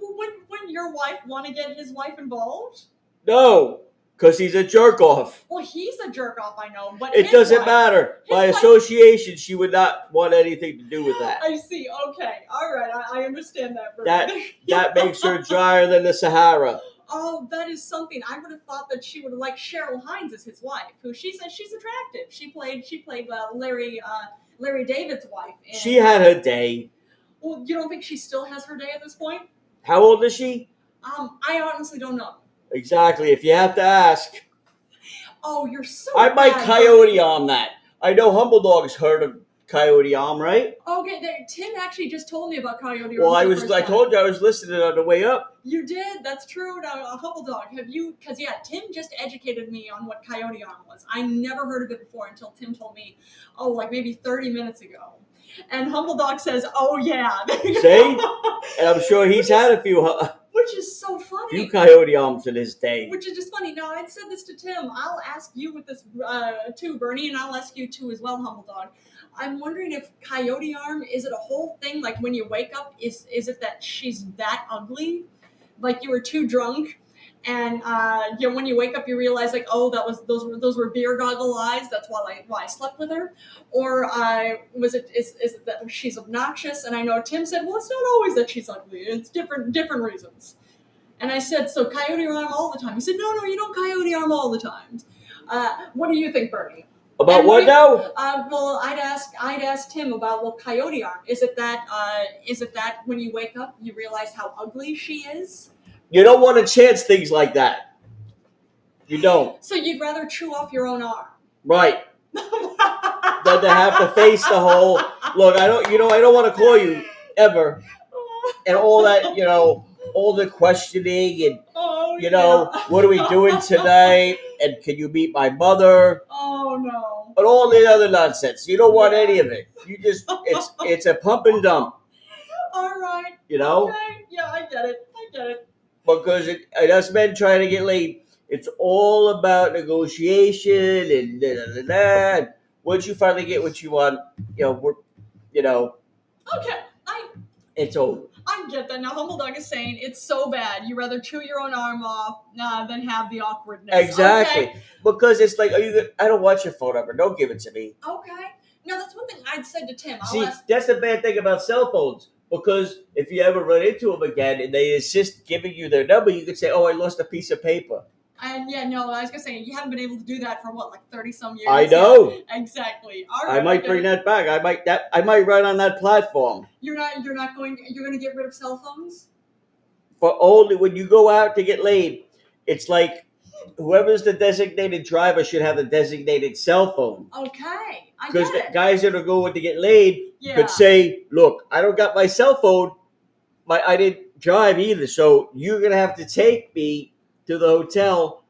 Speaker 1: Wouldn't wouldn't your wife want to get his wife involved?
Speaker 3: no, because he's a jerk off.
Speaker 1: Well, he's a jerk off, I know, but
Speaker 3: It
Speaker 1: his
Speaker 3: doesn't
Speaker 1: wife-
Speaker 3: matter.
Speaker 1: his
Speaker 3: By
Speaker 1: wife-
Speaker 3: association, she would not want anything to do with that.
Speaker 1: I see. Okay. All right. I, I understand that. Bernie.
Speaker 3: That- That makes her drier than the Sahara.
Speaker 1: oh, that is something. I would have thought that she would have liked Cheryl Hines as his wife, who she says she's attractive. She played. She played uh, Larry. Uh, Larry David's wife. in-
Speaker 3: She had her day.
Speaker 1: Well, you don't think she still has her day at this point?
Speaker 3: How old is she?
Speaker 1: Um, I honestly don't know.
Speaker 3: Exactly. If you have to ask,
Speaker 1: Oh, you're so.
Speaker 3: I might
Speaker 1: bad.
Speaker 3: coyote arm that. I know Humble Dog's heard of coyote arm, right?
Speaker 1: Oh, Okay, there, Tim actually just told me about Coyote.
Speaker 3: Well,
Speaker 1: Road
Speaker 3: I
Speaker 1: the
Speaker 3: was.
Speaker 1: first
Speaker 3: I
Speaker 1: time.
Speaker 3: told you I was listening on the way up.
Speaker 1: You did. That's true. Now, a humble dog. Have you? Because yeah, Tim just educated me on what coyote arm was. I never heard of it before until Tim told me, oh, like maybe thirty minutes ago. And humble dog says, oh yeah.
Speaker 3: See? And I'm sure he's had a few a
Speaker 1: Which is so funny.
Speaker 3: few coyote arms in his day.
Speaker 1: Which is just funny. Now I said this to Tim. I'll ask you with this uh, too, Bernie, and I'll ask you too as well, humble dog. I'm wondering if coyote arm is it a whole thing? Like when you wake up, is is it that she's that ugly? Like you were too drunk, and uh, you know, when you wake up, you realize like, oh, that was those were those were beer goggle eyes. That's why I why I slept with her. Or I was it is is it that she's obnoxious? And I know Tim said, well, it's not always that she's ugly. It's different different reasons. And I said, so coyote arm all the time. He said, no, no, you don't coyote arm all the time. Uh, what do you think, Bernie?
Speaker 3: About what
Speaker 1: Henry-
Speaker 3: now?
Speaker 1: Uh, well, I'd ask, I'd ask Tim about well, coyote arm. Is it that? Uh, is it that when you wake up, you realize how ugly she is?
Speaker 3: You don't want to chance things like that. You don't,
Speaker 1: So you'd rather chew off your own arm?
Speaker 3: right? Than to have to face the whole look. I don't. You know. I don't want to call you ever, and all that. You know, all the questioning and
Speaker 1: oh Oh,
Speaker 3: you know,
Speaker 1: yeah.
Speaker 3: what are we doing tonight? And can you meet my mother?
Speaker 1: Oh no.
Speaker 3: But all the other nonsense. You don't want any of it. You just it's it's a pump and dump,
Speaker 1: All right.
Speaker 3: you know?
Speaker 1: Okay. Yeah, I get it. I get it.
Speaker 3: because it, and us men trying to get laid, it's all about negotiation and da, da, da, da. And Once you finally get what you want, you know, we're, you know,
Speaker 1: Okay. I
Speaker 3: it's over.
Speaker 1: I get that. Now Humble Dog is saying it's so bad. You rather chew your own arm off nah, than have the awkwardness.
Speaker 3: Exactly,
Speaker 1: Okay.
Speaker 3: because it's like, are you? Gonna, I don't want your phone number. Don't give it to me.
Speaker 1: okay. Now that's one thing I'd said to Tim. I'll
Speaker 3: See,
Speaker 1: ask
Speaker 3: that's the bad thing about cell phones. Because if you ever run into them again and they insist giving you their number, you could say, "Oh, I lost a piece of paper."
Speaker 1: and yeah, no, I was gonna say you haven't been able to do that for what, like thirty some years.
Speaker 3: I know.
Speaker 1: Exactly. All
Speaker 3: I might
Speaker 1: get
Speaker 3: bring
Speaker 1: it.
Speaker 3: that back. I might that I might run on that platform.
Speaker 1: You're not. You're not going. You're gonna get rid of cell phones.
Speaker 3: for only when you go out to get laid, it's like whoever's the designated driver should have the designated cell phone.
Speaker 1: Okay. I
Speaker 3: Because
Speaker 1: get
Speaker 3: the
Speaker 1: it.
Speaker 3: guys that are going to get laid
Speaker 1: yeah.
Speaker 3: could say, Look, I don't got my cell phone. My I didn't drive either, so you're gonna have to take me to the hotel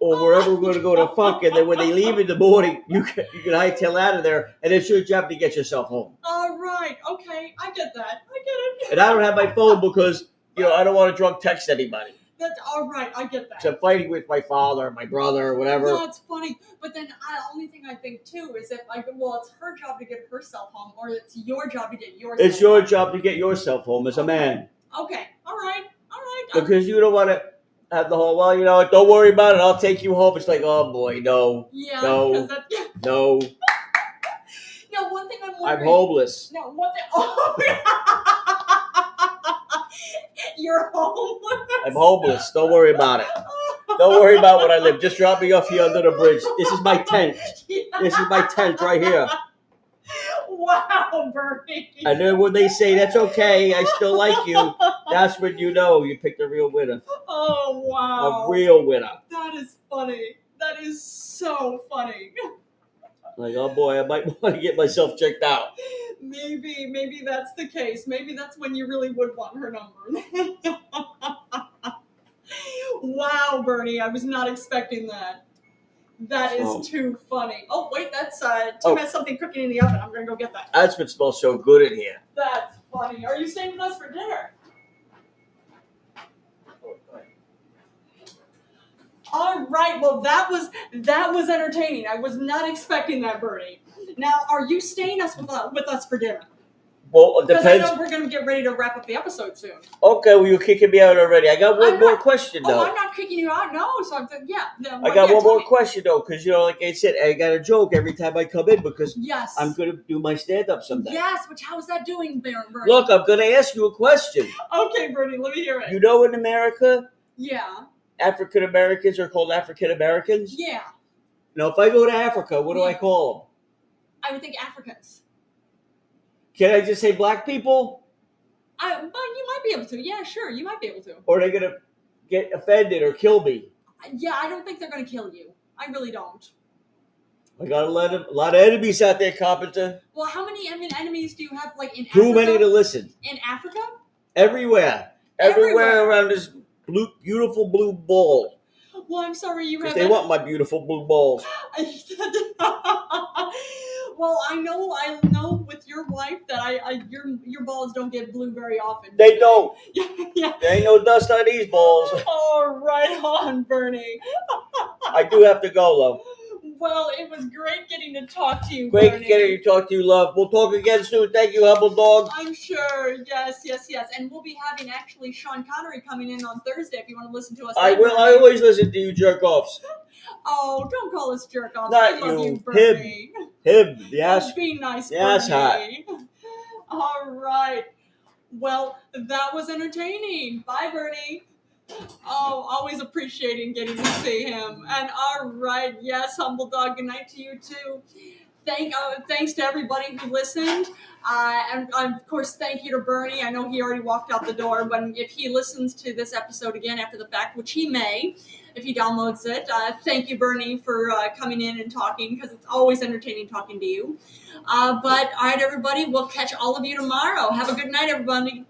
Speaker 3: or wherever we're gonna go to fuck, and then when they leave in the morning, you can you can hightail out of there, and it's your job to get yourself home.
Speaker 1: All right. Okay. I get that. I get it.
Speaker 3: And I don't have my phone because you know I don't want to drunk text anybody.
Speaker 1: That's all right. I get that.
Speaker 3: So I'm fighting with my father, my brother, or whatever.
Speaker 1: No, it's funny. But then I only thing I think too is that like, well, it's her job to get herself home, or it's your job to get yours.
Speaker 3: It's your job to get yourself home as a man
Speaker 1: Okay. All right. All right. I'm-
Speaker 3: because you don't want to have the whole. Well, you know, what, don't worry about it. I'll take you home. It's like, oh boy, no,
Speaker 1: yeah.
Speaker 3: No.
Speaker 1: Because that.
Speaker 3: no,
Speaker 1: Now, one thing I'm
Speaker 3: I'm
Speaker 1: wondering.
Speaker 3: homeless.
Speaker 1: Now, one thing. Oh. You're homeless.
Speaker 3: I'm homeless. Don't worry about it. Don't worry about where I live. Just drop me off here under the bridge. This is my tent. This is my tent right here.
Speaker 1: Wow, Bernie.
Speaker 3: And then when they say that's okay, I still like you. That's when you know you picked a real winner,
Speaker 1: Oh wow.
Speaker 3: a real winner.
Speaker 1: that is funny. That is so funny.
Speaker 3: Like, oh boy, I might want to get myself checked out.
Speaker 1: Maybe, maybe that's the case. Maybe that's when you really would want her number. wow, Bernie, I was not expecting that. That is
Speaker 3: Oh.
Speaker 1: too funny. Oh wait, that's uh, Tim
Speaker 3: Oh.
Speaker 1: has something cooking in the oven. I'm gonna go get that.
Speaker 3: That's what smells so good in here.
Speaker 1: That's funny. Are you staying with us for dinner? All right. Well, that was that was entertaining. I was not expecting that, Bernie. Now, are you staying us with, uh, with us for dinner?
Speaker 3: Well, it
Speaker 1: Because I
Speaker 3: depends.
Speaker 1: know we're gonna get ready to wrap up the episode soon.
Speaker 3: Okay, well, you're kicking me out already. I got one
Speaker 1: I'm
Speaker 3: more
Speaker 1: not-
Speaker 3: question,
Speaker 1: Oh,
Speaker 3: though.
Speaker 1: I'm not kicking you out. No, so I'm yeah. No,
Speaker 3: I got
Speaker 1: yeah,
Speaker 3: one
Speaker 1: tell
Speaker 3: more
Speaker 1: me.
Speaker 3: question, though, because, you know, like I said, I got a joke every time I come in because
Speaker 1: Yes.
Speaker 3: I'm going to do my stand up someday.
Speaker 1: Yes. Which how's that doing, Ber- Bernie?
Speaker 3: Look, I'm going to ask you a question.
Speaker 1: Okay, Bernie. Let me hear it.
Speaker 3: You know, in America,
Speaker 1: yeah.
Speaker 3: African Americans are called African Americans.
Speaker 1: Yeah.
Speaker 3: Now, if I go to Africa, what do I call
Speaker 1: I would think Africans.
Speaker 3: them? Can I just say black people?
Speaker 1: I, but you might be able to. Yeah, sure. You might be able to.
Speaker 3: Or are they going to get offended or kill me?
Speaker 1: I- Yeah, I don't think they're gonna kill you. I really don't.
Speaker 3: I got a lot of, a lot of enemies out there, Carpenter.
Speaker 1: Well, how many en- enemies do you have, like in
Speaker 3: Too
Speaker 1: Africa?
Speaker 3: many to listen.
Speaker 1: in Africa?
Speaker 3: everywhere, everywhere,
Speaker 1: Everywhere.
Speaker 3: around this blue, beautiful blue ball.
Speaker 1: Well, I'm sorry you
Speaker 3: Because
Speaker 1: have.
Speaker 3: they want my beautiful blue balls.
Speaker 1: well, I know, I know with your wife that I, I your your balls don't get blue very often.
Speaker 3: They don't.
Speaker 1: yeah, yeah.
Speaker 3: There ain't no dust on these balls.
Speaker 1: Oh, right on, Bernie.
Speaker 3: I do have to go, love.
Speaker 1: Well, it was great getting to talk to you,
Speaker 3: Great
Speaker 1: Bernie.
Speaker 3: getting to talk to you, love. We'll talk again soon. Thank you, humble dog.
Speaker 1: I'm sure. Yes, yes, yes. And we'll be having actually Sean Connery coming in on Thursday if you want to listen to us.
Speaker 3: I
Speaker 1: then,
Speaker 3: will. I
Speaker 1: Bernie.
Speaker 3: always listen to you, jerk offs.
Speaker 1: Oh, don't call us jerk offs.
Speaker 3: Not
Speaker 1: we love
Speaker 3: you,
Speaker 1: you,
Speaker 3: him.
Speaker 1: Bernie.
Speaker 3: Him, the ass.
Speaker 1: Be nice,
Speaker 3: Yes,
Speaker 1: Bernie. All right. Well, that was entertaining. Bye, Bernie. Oh, always appreciating getting to see him. And all right, yes, humble dog. Good night to you too. Thank, uh, thanks to everybody who listened, uh, and, and of course, thank you to Bernie. I know he already walked out the door. But if he listens to this episode again after the fact, which he may, if he downloads it. Uh, thank you, Bernie, for uh, coming in and talking because it's always entertaining talking to you. Uh, but all right, everybody, we'll catch all of you tomorrow. Have a good night, everybody.